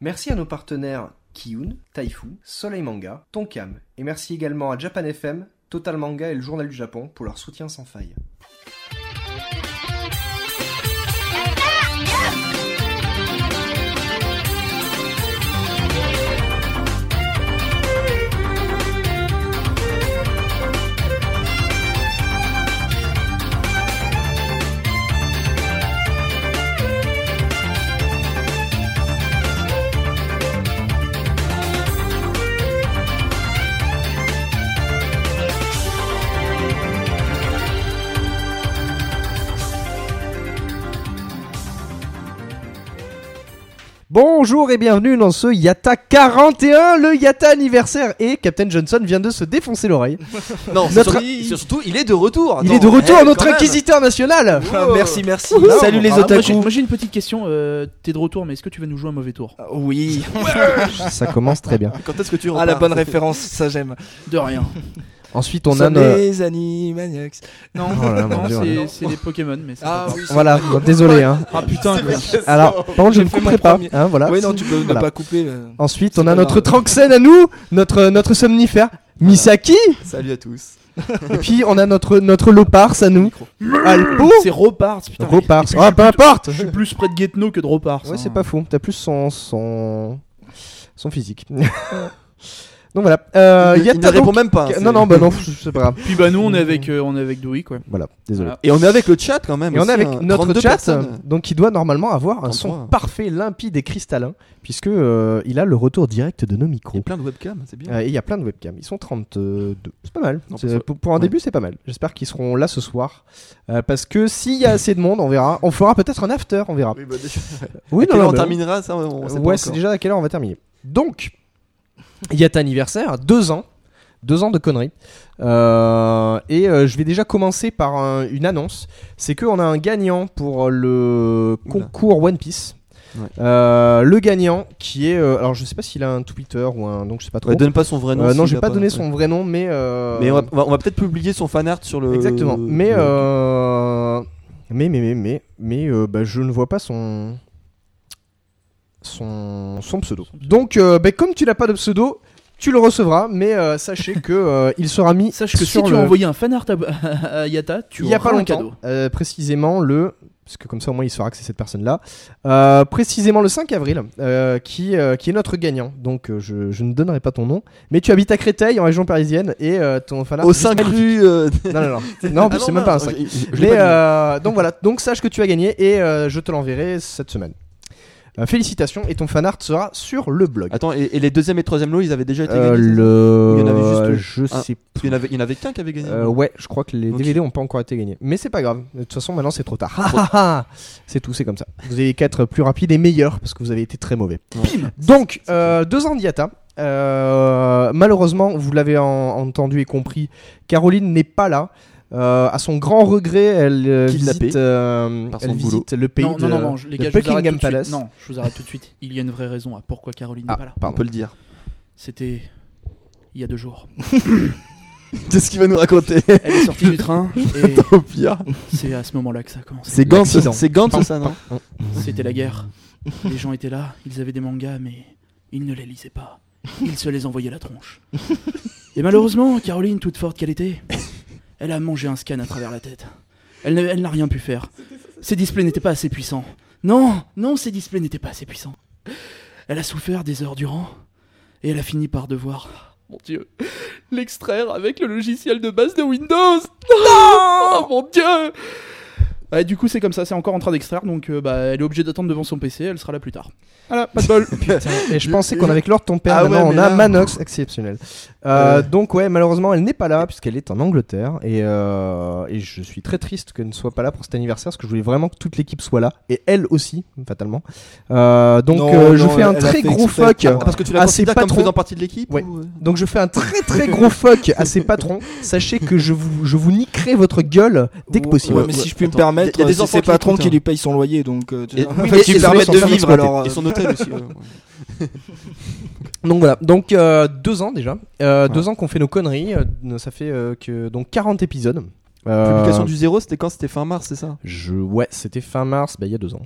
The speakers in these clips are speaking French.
Merci à nos partenaires Kiyun, Taifu, Soleil Manga, Tonkam, et merci également à Japan FM, Total Manga et le Journal du Japon pour leur soutien sans faille. Bonjour et bienvenue dans ce Yata 41, le Yata anniversaire. Et Captain Johnson vient de se défoncer l'oreille. Non, c'est Notre- surtout- c'est surtout, il est de retour. Il Attends, est de retour, eh, notre quand même. inquisiteur national. Ah, Merci, merci. Salut les Moi j'ai, otaku. moi, j'ai une petite question, euh, t'es de retour mais est-ce que tu vas nous jouer un mauvais Ah, tour Oui, Ça commence très bien. quand est-ce que tu Ah, repars la bonne référence, ça j'aime. De rien. Ensuite, on Nous a. sommes euh, nos- les animaniacs. Non, Oh là là, mon non Dieu, c'est, c'est des Pokémon mais c'est Ah, Ah pas grave. Voilà, bon, désolé. Hein. Ah putain quoi. Alors, par contre, je J'ai ne fait couperai mon pas. premier. hein, voilà. Oui, non, tu peux ne Voilà. pas couper. euh. Ensuite, C'est on a pas notre grave. Tranxène à nous, notre, euh, notre somnifère, Misaki, Salut à tous. et puis on a notre, notre Lopars à nous, Alpo, C'est Roparts putain. Repars. Et puis, Ah, peu importe Je suis plus près de Getno que de Roparts. Ouais, hein. c'est pas fou, t'as plus son, son, son physique. Donc voilà, euh, il, y a il ne ta- répond donc- même pas. hein, c'est- Non, non, bah non, c'est pas grave. Puis bah nous on est avec, euh, on est avec Dewey quoi. Voilà, désolé. Voilà. Et on est avec le chat quand même. Et on Ah, aussi, est avec hein. notre 32 chat, euh. personnes. donc qui doit normalement avoir un son 33. parfait, limpide et cristallin, puisque euh, il a le retour direct de nos Il y micros. a plein de webcams, c'est bien. Euh, et il y a plein de webcams. Ils sont 32. C'est pas mal. Non, C'est- parce que- pour, pour un ouais. début, c'est pas mal. J'espère qu'ils seront là ce soir. Euh, parce que s'il y a assez de monde, on verra. On fera peut-être un after, on verra. Oui, bah, déjà. Ah. Oui, Quelle heure on mais- Euh, terminera ça on sait pas Ouais, c'est encore. déjà à quelle heure on va terminer. Donc, il y a ton anniversaire, deux ans. Deux ans de conneries. Euh, et euh, je vais déjà commencer par un- une annonce. C'est qu'on a un gagnant pour le Oula. concours One Piece. Ouais. Euh, le gagnant qui est euh, alors je sais pas s'il a un Twitter ou un donc je sais pas trop. Ouais, Bah, donne pas son vrai nom. Euh, non, s'il je a vais pas donner son vrai nom, mais. euh, Mais on va, Euh, on va- on va peut-être publier son fanart sur le. Exactement. Mais, le- euh, mais, mais, mais, mais, mais, euh, bah, je ne vois pas son. Son, son pseudo. Donc, euh, bah, comme tu n'as pas de pseudo, tu le recevras, mais euh, sachez que euh, il sera mis Sache que si sur tu le. as envoyé un fanart à, à Yata, tu il y a auras pas un longtemps, cadeau. euh, précisément le, parce que comme ça au moins il saura que c'est cette personne-là, Euh, précisément le 5 avril, euh, qui, euh, qui est notre gagnant. Donc euh, je, je ne donnerai pas ton nom, mais tu habites à Créteil en région parisienne et euh, ton fanart. Au 5 rue. euh, Non, non, non. Non, en plus, ah c'est même pas un 5. je- je- je l'ai Mais pas euh, dit. donc voilà, donc sache que tu as gagné et euh, je te l'enverrai cette semaine. Euh, félicitations et ton fanart sera sur le blog. Attends, et, et les deuxième et troisième lots, ils avaient déjà été Euh, gagnés le... euh, Il y en avait juste je un. sais Il plus. y en avait, il y en avait qu'un qui avait gagné. Euh, ouais, je crois que les Ok. DVD ont pas encore été gagnés, mais c'est pas grave. De toute façon, maintenant c'est trop tard. Ah, ah, ah. c'est tout, c'est comme ça. Vous avez qu'à être plus rapide et meilleur parce que vous avez été très mauvais. Donc euh, deux ans d'IATA. Euh, malheureusement, vous l'avez en- entendu et compris, Caroline n'est pas là. Euh, à son grand regret, elle euh, Kidnappée visite, euh, par son elle boulot. visite le pays Non, de, non, non, non, je- les de gars, je vous, arrête Buckingham tout de Palace. suite. non, je vous arrête tout de suite. Il y a une vraie raison à pourquoi Caroline Ah, n'est pas là. on pardon. peut le dire. C'était il y a deux jours. Qu'est-ce qu'il va nous raconter Elle est sortie du train et Au pire. c'est à ce moment-là que ça a commencé. C'est Gantz, L'accident. c'est Gantz, ça, non C'était la guerre. Les gens étaient là, ils avaient des mangas, mais ils ne les lisaient pas. Ils se les envoyaient la tronche. Et malheureusement, Caroline, toute forte qu'elle était, elle a mangé un scan à travers la tête. Elle n'a elle n'a rien pu faire. Ses displays n'étaient pas assez puissants. Non, non, ses displays n'étaient pas assez puissants. Elle a souffert des heures durant, et elle a fini par devoir. Mon dieu, l'extraire avec le logiciel de base de Windows Oh mon dieu Ouais, du coup, c'est comme ça, c'est encore en train d'extraire, donc euh, bah, elle est obligée d'attendre devant son PC, elle sera là plus tard. Voilà, pas de bol. Et je pensais qu'on avait que l'or de ton père, Ah ouais, maintenant on mais a là- Manox, exceptionnel. Euh, Ouais. Donc ouais, malheureusement elle n'est pas là puisqu'elle est en Angleterre et, euh, et je suis très triste qu'elle ne soit pas là pour cet anniversaire parce que je voulais vraiment que toute l'équipe soit là et elle aussi, fatalement. Euh, donc Non, euh, je non, fais un elle a très fait gros exprès fuck. pour moi. Parce que tu Ah, l'as c'est considéré pas comme trop- faisant partie de l'équipe Ouais. ou, euh Donc je fais un très très gros fuck à ses patrons. Sachez que je vous, je vous niquerai votre gueule dès que possible. Ouais, mais si je puis me Attends, permettre, y a- y a des c'est enfants ses qui patrons écoutent, qui hein. lui payent son loyer, donc. euh, tu Et- vois. oui, Faut et- qu'ils et lui son- permettent son- de son- vivre, son- alors. Et euh, son hôtel aussi. euh, ouais. Donc voilà, donc euh, deux ans déjà, Euh, deux ans qu'on fait nos conneries, Euh, ça fait euh, que donc 40 épisodes. Euh, Publication du zéro, c'était quand C'était fin mars, c'est ça je... Ouais, c'était fin mars, bah, il y a deux ans.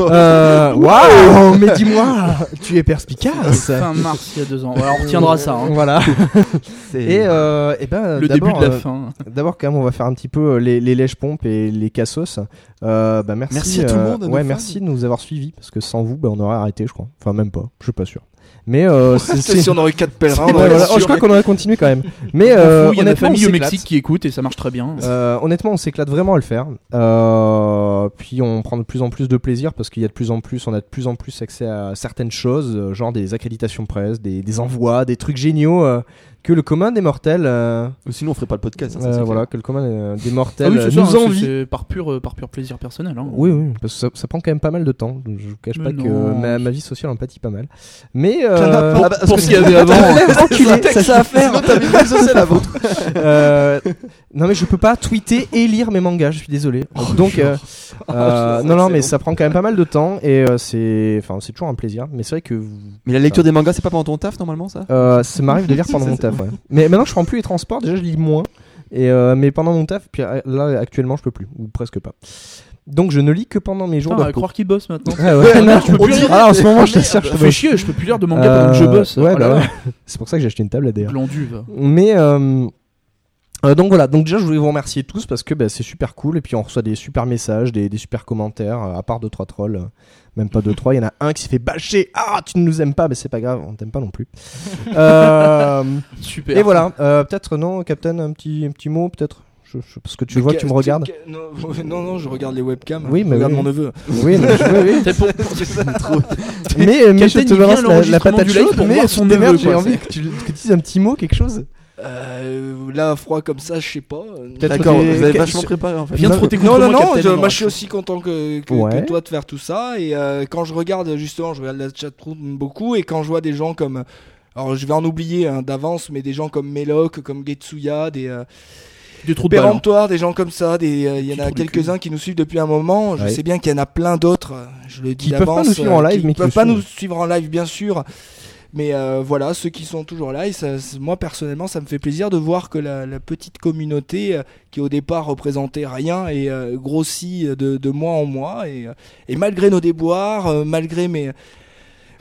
Euh, Waouh, mais dis-moi, tu es perspicace. Fin mars, il y a deux ans. Ouais, on retiendra ça. hein. Voilà. Et, C'est euh, eh ben, Le début d'abord, de la euh, fin. D'abord, quand même, on va faire un petit peu euh, les, les lèches-pompes et les cassos. Euh, bah, merci, Merci à tout le monde, à nos ouais, fans. merci de nous avoir suivis parce que sans vous, bah, on aurait arrêté, je crois. Enfin, même pas, je suis pas sûr. Mais euh, c'est- c'est- si on aurait 4 c'est- pèlerins, ouais, on aurait voilà. sûr. Oh, je crois qu'on aurait continué quand même. Mais Il euh, y a notre honnêtement, on famille au s'éclate. Mexique qui écoute et ça marche très bien. Euh, honnêtement, on s'éclate vraiment à le faire. Euh, puis on prend de plus en plus de plaisir parce qu'il y a de plus en plus, on a de plus en plus accès à certaines choses, euh, genre des accréditations presse, des, des envois, des trucs géniaux euh, que le commun des mortels, euh, Sinon, on ferait pas le podcast. hein, ça, euh, c'est voilà, clair. que le commun euh, des Ah mortels oui, euh, c'est ça, nous hein, envie. c'est- c'est par pur, euh, par pur plaisir personnel. hein. Oui, oui, parce que ça, ça prend quand même pas mal de temps. donc Je vous cache Mais pas non. que ma, ma vie sociale en pâtit pas mal. Mais euh, Ah bah, parce Pour que ce qu'il y c'est- avait avant. enculé, ça, hein. à faire. Sinon, t'avais une vie sociale avant. Euh, non mais je peux pas tweeter et lire mes mangas, je suis désolé. Oh, Donc euh, Ah, euh, non non mais ça prend quand même pas mal de temps et euh, c'est enfin c'est toujours un plaisir. Mais c'est vrai que vous- Mais la lecture des mangas, c'est pas pendant ton taf normalement ça euh, ça m'arrive de lire pendant mon taf. ouais. Mais maintenant je prends plus les transports, déjà je lis moins. Et euh, mais pendant mon taf, puis euh, là actuellement je peux plus ou presque pas. Donc je ne lis que pendant mes jours Putain, de à repos. croire qu'il bosse maintenant. Ouais, ouais, non, peux plus on lire. dirait- Ah, en ce moment je t'assure, je Ça peux fait pas. chier, je peux plus lire de manga pendant que je Euh, bosse. ouais, Oh bah là là. ouais. C'est pour ça que j'ai acheté une table d'ailleurs. Glandu, va. Mais euh, euh, donc voilà, donc déjà je voulais vous remercier tous parce que bah, c'est super cool et puis on reçoit des super messages, des, des super commentaires, euh, à part deux trois trolls, euh, même pas deux trois, il y en a un qui s'est fait bâcher, ah tu ne nous aimes pas, mais c'est pas grave, on t'aime pas non plus. Euh, Super. et voilà, euh, peut-être non, Captain, un petit, un petit mot peut-être Je- je- Parce que tu vois que tu me regardes. Non, non, non, je regarde les webcams. Oui, je mais regarde oui. mon neveu. Oui, non, je- oui, oui. C'est pour- mais, euh, mais Captain, je te il vient balance la, à la l'enregistrement patate du live chaude, pour mais voir tu son t'énerves, neveu, j'ai quoi, envie que tu, que tu dises un petit mot, quelque chose. Euh, là, froid comme ça, je sais pas. euh, Peut-être D'accord, vous que- avez que- vachement préparé en fait. Viens te frotter contre Non, non, moi, non, Captain, je, alors. moi, je suis aussi content que, que- Ouais. que toi de faire tout ça. Et euh, quand je regarde, justement, je regarde la chatroom beaucoup. Et quand je vois des gens comme. Alors, je vais en oublier hein, d'avance, mais des gens comme Meloc, comme Getsuya, des. euh, Des trous de balle, hein. péremptoires, des gens comme ça, des euh, il y en a trous du quelques-uns qui nous suivent depuis un moment. Je Ouais. sais bien qu'il y en a plein d'autres. euh, Je le dis Qui peuvent pas d'avance, nous suivre en euh, live, qui mais qui peuvent nous pas suivent. nous suivre en live, bien sûr. Mais euh, voilà, ceux qui sont toujours là, et ça- c- moi personnellement, ça me fait plaisir de voir que la, la petite communauté euh, qui au départ représentait rien et euh, grossit de, de mois en mois. Et, euh, et malgré nos déboires, euh, malgré mes,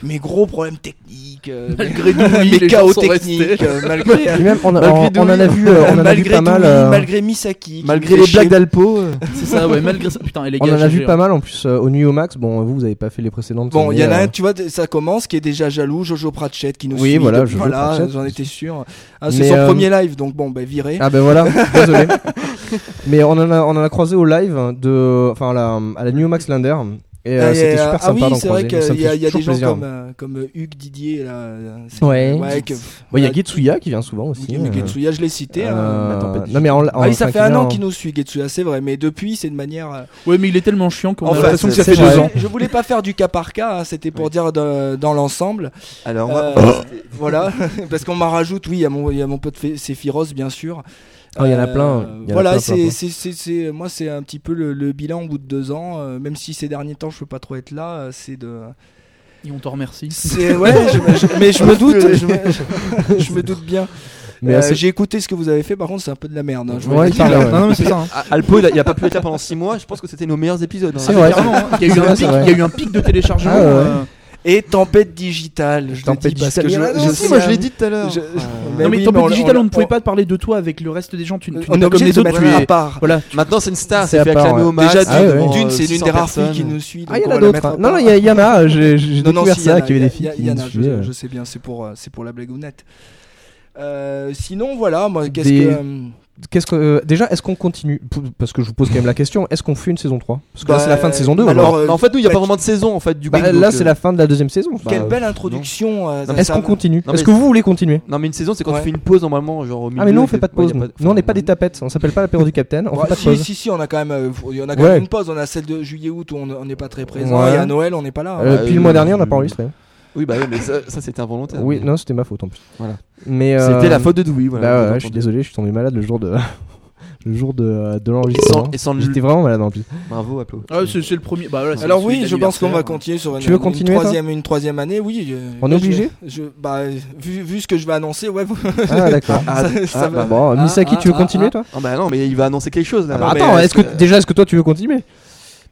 mes gros problèmes techniques, euh, Malgré nous, oui, mes les gens chaos sont restés. techniques, euh, malgré, Et même, on, a- Malgré on- Doumi. on en a vu, euh, on en a vu malgré pas mal. Doumi, euh, malgré Misaki, qui Malgré nous fait les chier blagues d'Alpo. euh, C'est ça, ouais, malgré ça. Putain, et les gars, On en a GG, vu hein. pas mal en plus euh, au Nuit au Max. Bon, vous, vous avez pas fait les précédentes. Bon, il y en mais, a euh, un, tu vois, ça commence, qui est déjà jaloux, Jojo Pratchett, qui nous Oui, suit. voilà, depuis- Jojo Pratchett. j'en étais sûr. Ah, c'est Mais, son euh, premier live, donc bon, bah viré. Ah ben voilà, désolé. Mais on en a, on en a croisé au live de, enfin à la, à la Nuit au Max Lander. Et euh, Ah, c'était et, euh, super ah sympa oui, d'en c'est croiser. vrai qu'il ça me y a, fait il y a des toujours gens plaisir. comme, euh, comme euh, Hugues Didier, là. euh, c'est- Ouais. que- Bon, il y a voilà, Getsuya qui vient souvent aussi. Getsuya, euh, Getsuya, je l'ai cité. hein. euh, attends, pas de- non mais en, en- Ah oui, ça enfin, fait un vient an en- qu'il nous suit, Getsuya, c'est vrai. Mais depuis, c'est de manière. euh, Ouais, mais il est tellement chiant qu'on En a fait, l'impression que ça c'est- fait c'est deux vrai. ans. Je voulais pas faire du cas par cas, hein, c'était pour dire de- dans l'ensemble. Alors, Euh, voilà, parce qu'on m'en rajoute, oui, il y a mon, il y a mon pote Fé- Sephiroth, bien sûr. Euh, Ah, il y en a plein, il y en a voilà, plein, plein, plein. c'est, c'est, c'est, c'est- moi, c'est un petit peu le, le bilan au bout de deux ans, euh, même si ces derniers temps, je peux pas trop être là, euh, c'est de. Et on t'en remercie. C'est, ouais, je- je- mais je me doute, je me, je- je me doute bien. Mais Euh, assez- j'ai écouté ce que vous avez fait, par contre, c'est un peu de la merde. hein, je vous le Ouais, dis. pareil, ouais. Non, non, mais c'est ça. hein. Alpo, il a, il a pas pu être là pendant 6 mois. Je pense que c'était nos meilleurs épisodes. hein. C'est vrai. Clairement, hein. Il y a eu C'est un vrai, pic- c'est vrai. il y a eu un pic de téléchargement. Ah ouais. euh, Et tempête digitale, je Tempête le dis parce digitale. que je- Mais je, non, Si, moi je l'ai dit tout à je- l'heure. je- Euh, Mais Non, mais oui, tant mais pis, on- digital, on- on ne on- pouvait pas te parler de toi avec le reste des gens. Tu tu n'es on est pas comme obligé les de autres, mettre tu es- à part. Voilà. Maintenant, c'est une star. C'est C'est à fait part, acclamer ouais. au max. Déjà, Ah ouais, ouais. devant, d'une, euh, c'est l'une 600 des rares filles qui personnes. nous suit. Ah, donc il y en on a va la mettre d'autres. à hein. part. Non, non, il y, a- il y en a. J'ai j'ai Non, non, découvert si, y en ça, a, qu'il y avait y des a- filles y a- qui y en nous a, je- suivaient, euh. Je, sais bien, c'est pour, euh, c'est pour la blagounette. Euh, sinon, voilà, moi, qu'est-ce Des- que. euh, Qu'est-ce que euh, déjà est-ce qu'on continue P- Parce que je vous pose quand même la question. Est-ce qu'on fait une saison 3 Parce que là Bah, c'est la fin de saison 2. alors, voilà. euh, Mais en fait, nous, il n'y a bah, pas tu- vraiment de saison en fait du Bah, coup, là donc, c'est euh, la fin de la deuxième saison. Quelle Bah, belle introduction. euh, Est-ce ça- qu'on continue Non, Est-ce mais- que vous voulez continuer Non, mais une saison, c'est quand Ouais. tu fais une pause normalement, genre au milieu. Ah mais non, on fait pas de Ouais, y pause. a nous. Nous on n'est pas enfin, des tapettes, on s'appelle pas l'apéro du capitaine, on fait Ouais, pas de Bah, si, pause. si, si, on a quand même, euh, faut- il y en a quand Ouais. même une pause. On a celle de juillet-août où on on n'est pas très présent. Ouais. Et à Noël, on n'est pas là. hein. Euh, Bah, puis le mois euh, dernier on n'a pas euh, enregistré. Oui, bah oui, mais ça, ça, c'était involontaire. Oui, non c'était ma faute en plus. Voilà. Mais euh, C'était la faute de Dewey. Voilà, bah ouais, vous je suis entendez. désolé, je suis tombé malade le jour de. le jour de, de Et sans, l'enregistrement. et sans le- J'étais vraiment malade en plus. Bravo, Aplo. Ah, c'est c'est le premier. bah voilà, c'est Alors celui oui, de je pense qu'on va l'anniversaire. continuer sur une, Tu veux une continuer, toi troisième, une troisième année, oui. euh, On est là, obligé je, je- bah, vu, vu ce que je vais annoncer, ouais. Ah, d'accord. Ah, ça- ça ah, va. bah, Bon, ah, Misaki, ah, tu veux ah, continuer ah. toi Ah bah non, mais il va annoncer quelque chose Ah là. bah Non, mais Attends, est-ce est-ce que que- déjà est-ce que toi tu veux continuer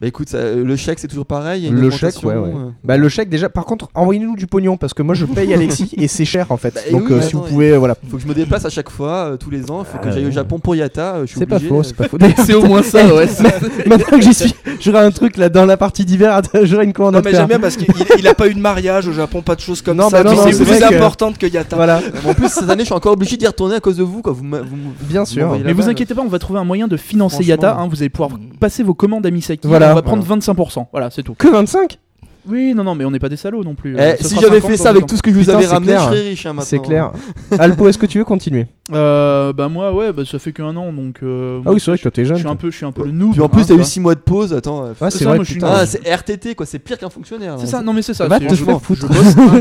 Bah écoute, ça, euh, le chèque c'est toujours pareil. il y a une Le chèque, ouais, augmentation, ouais. euh. Bah le chèque déjà. Par contre, envoyez-nous du pognon parce que moi je paye Alexis et c'est cher en fait. Bah, et Donc oui, euh, mais si vous attends, pouvez, euh, voilà. Faut que je me déplace à chaque fois, euh, tous les ans. Faut Ah, que j'aille ouais. au Japon pour Yata. euh, je suis C'est pas obligé, faux, euh. c'est pas faux. C'est au moins ça, ouais. c'est- Maintenant que j'y suis, j'aurai un truc là dans la partie d'hiver, j'aurai une couronne Non à mais faire. j'aime bien parce qu'il il a pas eu de mariage au Japon, pas de choses comme Non, ça. bah non, mais non, c'est c'est plus vrai que- importante que Yata. Voilà, euh, En plus, cette année, je suis encore obligé d'y retourner à cause de vous. Quoi. Vous m'a- vous m- bien sûr. m'envoyez Mais la vous balle. inquiétez pas, on va trouver un moyen de financer Franchement. Yata. hein, vous allez pouvoir passer vos commandes à Misaki. Voilà. on va prendre 25%. Voilà, c'est tout. Que 25 Oui, non, non, mais on n'est pas des salauds non plus. Eh, Euh, ce si sera j'avais 50 fait dans ça avec le tout ce que je vous Putain, avais c'est ramené, clair. je serais riche hein, maintenant. C'est clair. Alpo, est-ce que tu veux continuer temps. Euh, bah moi, ouais, bah, ça fait qu'un an donc. euh, Ah oui, c'est vrai que toi t'es je jeune. suis un toi. peu, je suis un peu le noob. Puis en hein, plus, t'as quoi. eu 6 mois de pause. Attends. euh, Ouais, C'est Ah, c'est ça, vrai, moi, je suis putain. une- Ah, c'est RTT quoi, c'est pire qu'un fonctionnaire. C'est ça, non mais c'est ça. Va c'est- te je- faire foutre.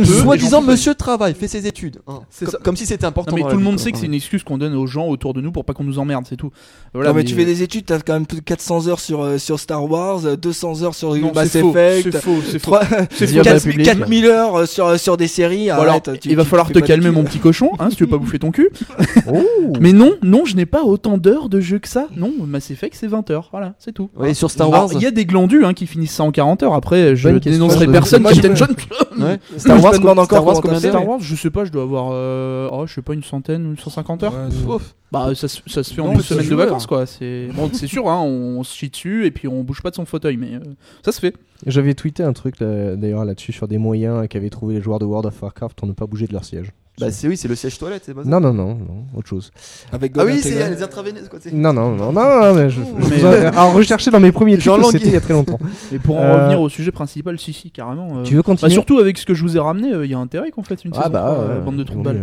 Soit disant Mais j'en monsieur travaille, fait ses études. hein. C'est Comme- ça. Comme si c'était important. Non mais dans tout la le vie, monde quoi. sait que c'est une excuse qu'on donne aux gens autour de nous pour pas qu'on nous emmerde, c'est tout. Voilà, Non mais tu fais des études, t'as quand même plus de 400 heures sur, euh, sur Star Wars, euh, 200 heures sur Non, Mass bah, c'est faux, Effect, c'est faux, c'est faux. trois- C'est Dire de faux. la 4 publique. 4000 heures euh, sur, euh, sur des séries. Bon, alors, arrête, tu- il va tu- falloir tu te fais pas calmer, d'études. mon petit cochon, hein, si tu veux pas bouffer ton cul. Ah, Oh. Mais non, non, je n'ai pas autant d'heures de jeu que ça. Non, Mass Effect, c'est 20 heures. Voilà, c'est tout. Ouais, sur Star Alors, Wars. Il y a des glandus hein, qui finissent ça en 40 heures. Après, je Bonne question. n'énoncerai Je- personne. moi, je- Captain John Club. Ouais. Je Star me Wars, demande encore Star Wars comment combien t'as d'heures Star Wars, je sais pas, je dois avoir, euh, oh, je sais pas, une centaine ou 150 heures. Ouf. Bah, ça, se- ça se fait Non, en une mais ça semaine de se joue, vacances, quoi. C'est bon, c'est sûr, hein, on se chie dessus et puis on bouge pas de son fauteuil, mais euh, ça se fait. J'avais tweeté un truc là, d'ailleurs là-dessus sur des moyens qu'avaient trouvé les joueurs de World of Warcraft pour ne pas bouger de leur siège. Bah c'est oui, c'est le siège toilette, c'est pas ça Non, non, non, non, autre chose. Avec Ah God oui, Integral. c'est les intraveineuses quoi. c'est- Non, non, non, non, non, mais je. Mais- euh, Alors, rechercher dans mes premiers Jean tweets, Languier. c'était il y a très longtemps. Mais pour en Euh, revenir au sujet principal, si, si, carrément. euh, Tu veux bah, continuer Ah, bah, surtout avec ce que je vous ai ramené, euh, il y a intérêt qu'on fasse une Ah, saison bah, trois, euh, bande de trous de balles.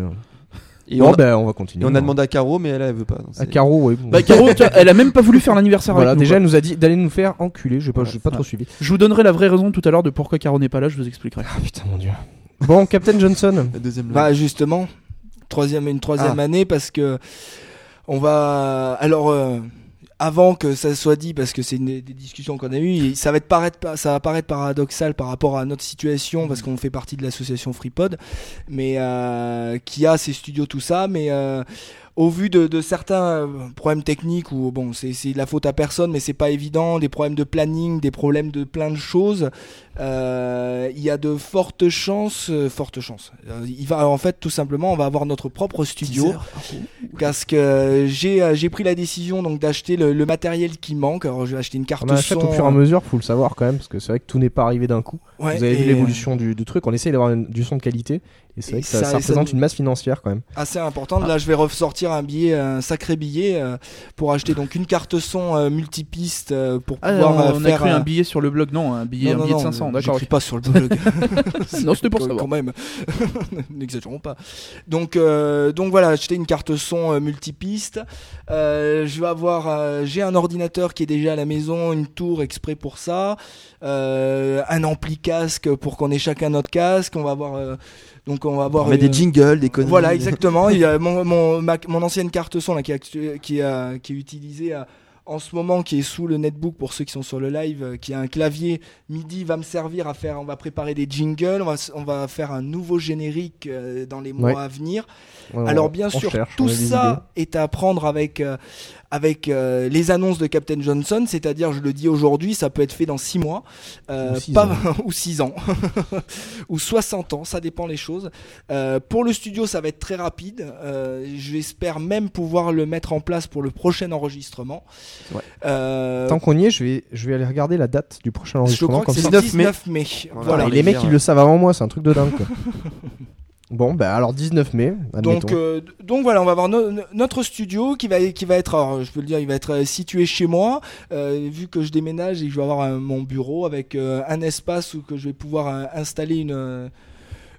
Et hein. Bon, on, bah, on va continuer. et on a demandé à Caro, mais elle, elle veut pas. non, à c'est- Caro, oui. bon. Bah Caro, tu vois, elle a même pas voulu faire l'anniversaire Voilà, avec nous, déjà, quoi. elle nous a dit d'aller nous faire enculer. Je sais pas, j'ai pas trop suivi. Je vous donnerai la vraie raison tout à l'heure de pourquoi Caro n'est pas là, je vous expliquerai. Ah putain, mon dieu. Bon, Captain Johnson. La deuxième. Bah justement, troisième une troisième Ah. année parce que on va alors euh, avant que ça soit dit parce que c'est une des des discussions qu'on a eues, et ça va être paraître pa- ça va paraître paradoxal par rapport à notre situation Mm. parce qu'on fait partie de l'association FreePod, mais euh, qui a ses studios tout ça, mais euh, au vu de, de certains euh, problèmes techniques où bon c'est c'est de la faute à personne mais c'est pas évident, des problèmes de planning, des problèmes de plein de choses, euh, il y a de fortes chances, euh, fortes chances. Euh, il va, en fait, tout simplement, on va avoir notre propre studio. Parce que euh, j'ai, euh, j'ai pris la décision donc d'acheter le, le matériel qui manque. Alors, je vais acheter une carte On a achète son. au fur et à mesure, faut le savoir quand même, parce que c'est vrai que tout n'est pas arrivé d'un coup. Ouais, Vous avez vu et, l'évolution du, du truc, on essaye d'avoir une- du son de qualité, et c'est vrai Et que ça, ça- ça et ça représente nous- une masse financière quand même. euh, assez Ah. importante. Là, je vais ressortir un billet, un sacré billet, euh, pour acheter donc une carte son euh, multipiste euh, pour Ah, pouvoir euh, on a faire. cru euh, un billet sur le blog, non, un billet, non, un non, billet de non, 500, euh, d'accord. j'écris pas sur le blog. ok. Non, c'était pour Quand- savoir. Quand même, n'exagérons pas. Donc, euh, donc voilà, acheter une carte son euh, multipiste. Euh, je vais avoir, euh, j'ai un ordinateur qui est déjà à la maison, une tour exprès pour ça, euh, un ampli casque pour qu'on ait chacun notre casque. On va avoir, euh, donc on va avoir. On met une- des jingles, des conneries. voilà, exactement. Il y a mon, mon, ma- mon ancienne carte son là, qui, est actu- qui, est, euh, qui est utilisée euh, en ce moment, qui est sous le netbook pour ceux qui sont sur le live, euh, qui a un clavier MIDI, va me servir à faire. On va préparer des jingles, on va, s- on va faire un nouveau générique euh, dans les mois Ouais. à venir. Ouais, on- Alors bien on sûr, cherche, on tout a des ça est à prendre avec euh, avec euh, les annonces de Captain Johnson, c'est-à-dire je le dis aujourd'hui, ça peut être fait dans 6 mois, euh, Ou six pas ans. ou 6 ans ou 60 ans, ça dépend les choses. Euh, pour le studio, ça va être très rapide. Euh, J'espère même pouvoir le mettre en place pour le prochain enregistrement. C'est vrai. Euh, idées. Tant qu'on y est, je vais, je vais aller regarder la date du prochain je enregistrement. crois que comme c'est ça. le 19 mai. 19 mai. Voilà. Et Voilà. les mecs, Rivière. ils le savent avant moi, c'est un truc de dingue. quoi. bon, bah alors 19 mai, admettons. Donc, euh, d- donc voilà, on va avoir no- no- notre studio qui va, qui va être, alors, je peux le dire, il va être euh, situé chez moi, euh, vu que je déménage et que je vais avoir euh, mon bureau avec euh, un espace où que je vais pouvoir euh, installer une, euh,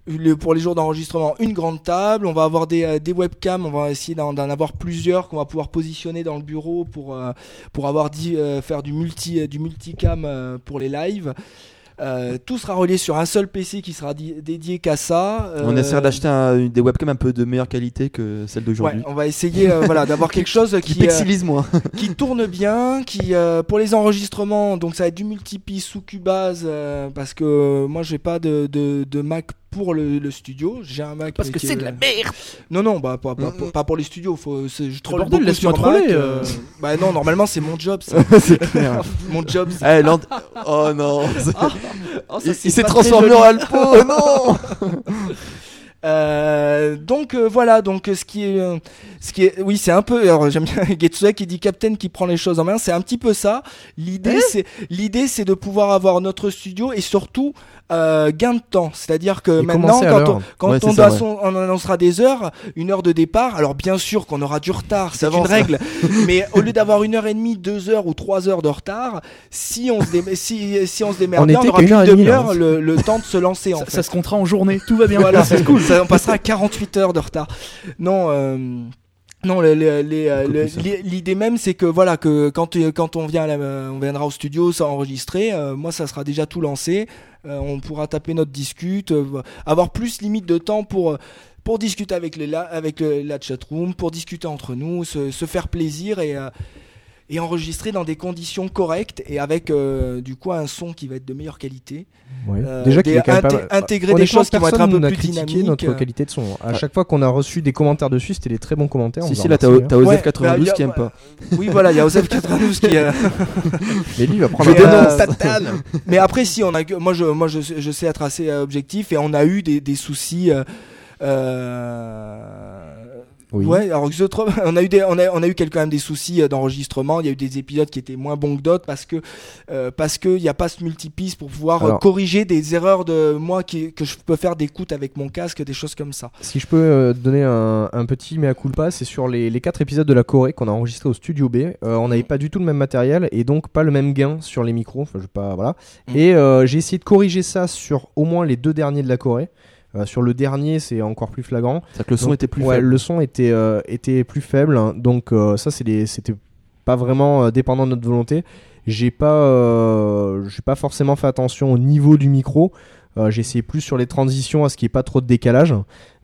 le- pour les jours d'enregistrement, une grande table. On va avoir des, euh, des webcams, on va essayer d'en d'en avoir plusieurs qu'on va pouvoir positionner dans le bureau pour, euh, pour avoir dit, euh, faire du multi, euh, du multicam euh, pour les lives. Euh, tout sera relié sur un seul PC qui sera di- dédié qu'à ça. euh, On essaiera d'acheter un- des webcams un peu de meilleure qualité que celle d'aujourd'hui. Ouais, on va essayer euh, voilà, d'avoir quelque chose Qui qui, euh, pixelise moins. qui tourne bien, qui euh, pour les enregistrements, donc ça va être du multipiste sous Cubase euh, parce que euh, moi j'ai pas de, de, de Mac pour le, le studio, j'ai un Mac Parce mais que qui c'est est- de la merde Non non, bah pas, pas, Mm. pour- pas pour les studios, faut c'est- je troll bordel, beaucoup laisse-moi sur troller, Mac, euh. Bah non, normalement c'est mon job ça. mon job. c'est- Eh, l'ant- Oh non Oh, ça, Il, c'est il s'est pas transformé très en joli. Alpo Oh non Euh, donc euh, voilà, donc euh, ce qui est, euh, ce qui est, oui, c'est un peu. Alors j'aime bien Getsuya qui dit Captain qui prend les choses en main. C'est un petit peu ça. L'idée, c'est l'idée, c'est de pouvoir avoir notre studio et surtout euh, gain de temps. C'est-à-dire que Et maintenant, commencer à quand l'heure. on, quand Ouais, on, c'est ça, doit- on annoncera des heures, une heure de départ. Alors bien sûr qu'on aura du retard, c'est une D'avance. règle. mais au lieu d'avoir une heure et demie, deux heures ou trois heures de retard, si on se, dé- si, si on se démerde, On bien, était aura qu'à plus une heure et de demie, hein. là, demi-heure le, le temps de se lancer. en ça, fait. ça se comptera en journée, tout va bien. Voilà, c'est cool. on passera à 48 heures de retard. Non, euh, non, le- le- les, euh, Beaucoup le- plus, hein. l'i- l'idée même, c'est que voilà, que quand euh, quand on vient, à la- euh, on viendra au studio, ça enregistrer. euh, moi, ça sera déjà tout lancé. euh, on pourra taper notre discute, euh, avoir plus limite de temps pour euh, pour discuter avec les la, avec le- la chatroom, pour discuter entre nous, se, se faire plaisir et euh, et enregistrer dans des conditions correctes et avec euh, du coup un son qui va être de meilleure qualité. Euh, Déjà qu'il des- est quand même pas inté- mal. intégrer des Honnêtement, choses qui vont être un peu personne n'a plus critiqué dynamiques, notre euh. qualité de son. À chaque fois qu'on a reçu des commentaires dessus, c'était des très bons commentaires. on Si, vous si, là, t'as remercie, hein. t'as Ouais, Osef92 bah, y a- qui aime pas. Oui, voilà, il y a Osef 92 qui. euh, Mais lui, il va prendre Mais, un- euh, Satan Mais après, si on a, que- moi je, moi je, je sais être assez euh, objectif et on a eu des, des soucis. euh, euh, Oui. Ouais, alors que The Trop- on a eu des, on a, on a eu quel- quand même des soucis euh, d'enregistrement. Il y a eu des épisodes qui étaient moins bons que d'autres parce que euh, parce que il y a pas ce multipiste pour pouvoir euh, Alors- corriger des erreurs de moi qui, que je peux faire d'écoute avec mon casque, des choses comme ça. Si je peux euh, donner un, un petit mea culpa, c'est sur les, les quatre épisodes de la Corée qu'on a enregistré au Studio B. euh, on n'avait pas du tout le même matériel et donc pas le même gain sur les micros. Enfin, je vais pas, voilà. Mm. Et euh, j'ai essayé de corriger ça sur au moins les deux derniers de la Corée. Euh, sur le dernier, c'est encore plus flagrant. C'est-à-dire que le son Donc, était plus ouais, faible. Le son était, euh, était plus faible. hein. donc euh, ça, c'est des- c'était pas vraiment euh, dépendant de notre volonté. J'ai pas, euh, j'ai pas forcément fait attention au niveau du micro. Euh, j'ai essayé plus sur les transitions à ce qu'il n'y ait pas trop de décalage,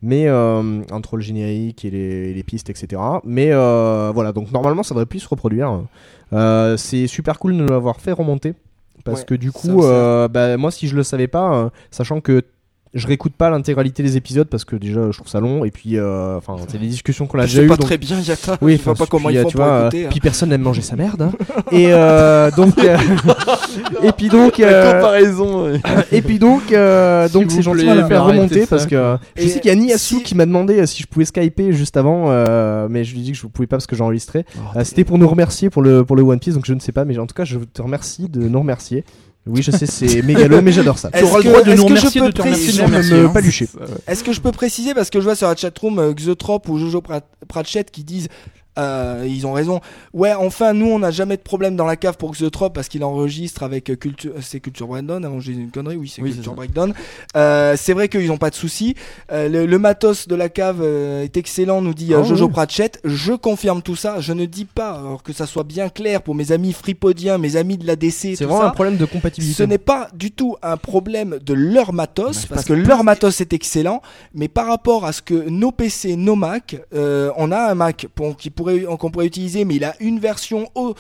mais euh, entre le générique et les, et les pistes, etc. Mais euh, voilà, donc normalement ça devrait plus se reproduire. Euh, c'est super cool de nous l'avoir fait remonter parce Ouais, que du ça coup, aussi. hein. euh, bah, moi si je le savais pas, euh, sachant que je réécoute pas l'intégralité des épisodes parce que déjà je trouve ça long et puis euh, enfin c'est des discussions qu'on a déjà Je sais eues. pas Bah, donc- très bien, Yata. oui, je vois enfin, pas comment puis, ils euh, font tu pour vois, écouter. hein. euh, Puis personne n'aime manger sa merde. hein. et euh, donc, euh, et puis donc, La euh, comparaison ouais. et puis donc, euh, S'il donc vous c'est gentil plaît, de le faire arrêtez remonter ça, parce que euh, je Et sais qu'il y a Niasu si- qui m'a demandé euh, si je pouvais skyper juste avant, euh, mais je lui ai dit que je ne pouvais pas parce que j'enregistrais. Oh, Euh, C'était pour nous remercier pour le pour le One Piece, donc je ne sais pas, mais en tout cas, je te remercie de nous remercier. Oui, je sais, c'est mégalo, mais j'adore ça. Est-ce T'auras le que- droit de est-ce nous que Eh, je remercier, peux euh, de te remercier, de préciser- nous Sans remercier. me hein. palucher. Est-ce que je peux préciser parce que je vois sur la chatroom euh, Xeutrop ou Jojo Prat- Pratchett qui disent euh, ils ont raison. Ouais, enfin nous on n'a jamais de problème dans la cave pour Xeutrop parce qu'il enregistre avec euh, culture c'est culture breakdown avant j'ai dit une connerie oui c'est Oui, c'est culture ça. breakdown. Euh, c'est vrai qu'ils n'ont pas de soucis. Euh, le, le matos de la cave euh, est excellent nous dit euh, Ah Jojo oui. Pratchett. Je confirme tout ça. Je ne dis pas alors que ça soit bien clair pour mes amis fripodiens, mes amis de l'ADC. C'est hein, tout vraiment ça. un problème de compatibilité. Ce n'est pas du tout un problème de leur matos, Bah, parce parce que leur matos est excellent, mais par rapport à ce que nos PC, nos Mac, euh, on a un Mac pour- qui pourrait- qu'on pourrait utiliser, mais il a une version au-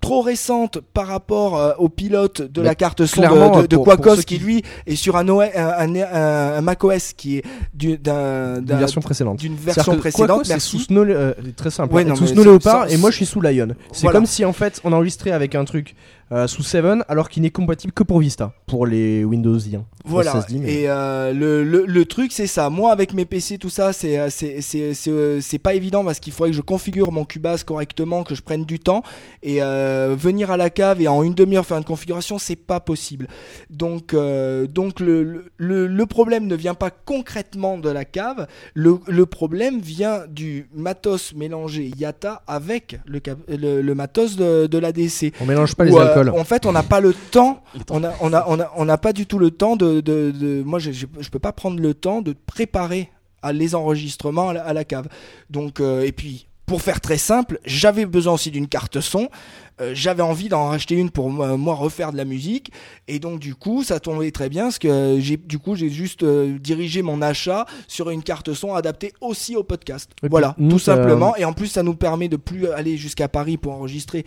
trop récente par rapport euh, au pilote de Mais la carte son clairement, hein, de, de, de pour- pour Quacos, ceux qui, qui- lui est sur un, OS un, un- un macOS qui est du- d'un- D'une euh, d'un- version précédente. d'une C'est-à-dire version que précédente. Quacos est Merci. sous Snow, euh, très simple, Ouais, hein, non, sous mais Snow c'est- Leopard sans- et moi je suis sous Lion. C'est Voilà. comme si en fait on enregistrait avec un truc euh, sous Seven alors qu'il n'est compatible que pour Vista, pour les Windows 1. Voilà. Ça se dit, mais- Et euh, le, le, le truc, c'est ça. Moi, avec mes PC, tout ça, c'est euh, c'est- c'est- c'est, euh, c'est pas évident parce qu'il faudrait que je configure mon Cubase correctement, que je prenne du temps. Et euh, venir à la cave et en une demi-heure faire une configuration, c'est pas possible. Donc, euh, donc le, le- le, le problème ne vient pas concrètement de la cave. Le, le problème vient du matos mélangé Yata avec le, cap- le, le matos de, de l'ADC. On mélange pas les Ou, euh, alcools. en fait, on n'a pas le temps. On a, on a, on a, on n'a pas du tout le temps de, de, de- moi, j'ai- j'ai- je peux pas prendre le temps de préparer à les enregistrements à la, à la cave. Donc, euh, et puis, pour faire très simple, j'avais besoin aussi d'une carte son. euh, j'avais envie d'en racheter une pour moi, moi refaire de la musique. Et donc, du coup, ça tombait très bien parce que j'ai, du coup, j'ai juste euh, dirigé mon achat sur une carte son adaptée aussi au podcast. puis, voilà, nous, tout ça- simplement. Et en plus, ça nous permet de plus aller jusqu'à Paris pour enregistrer.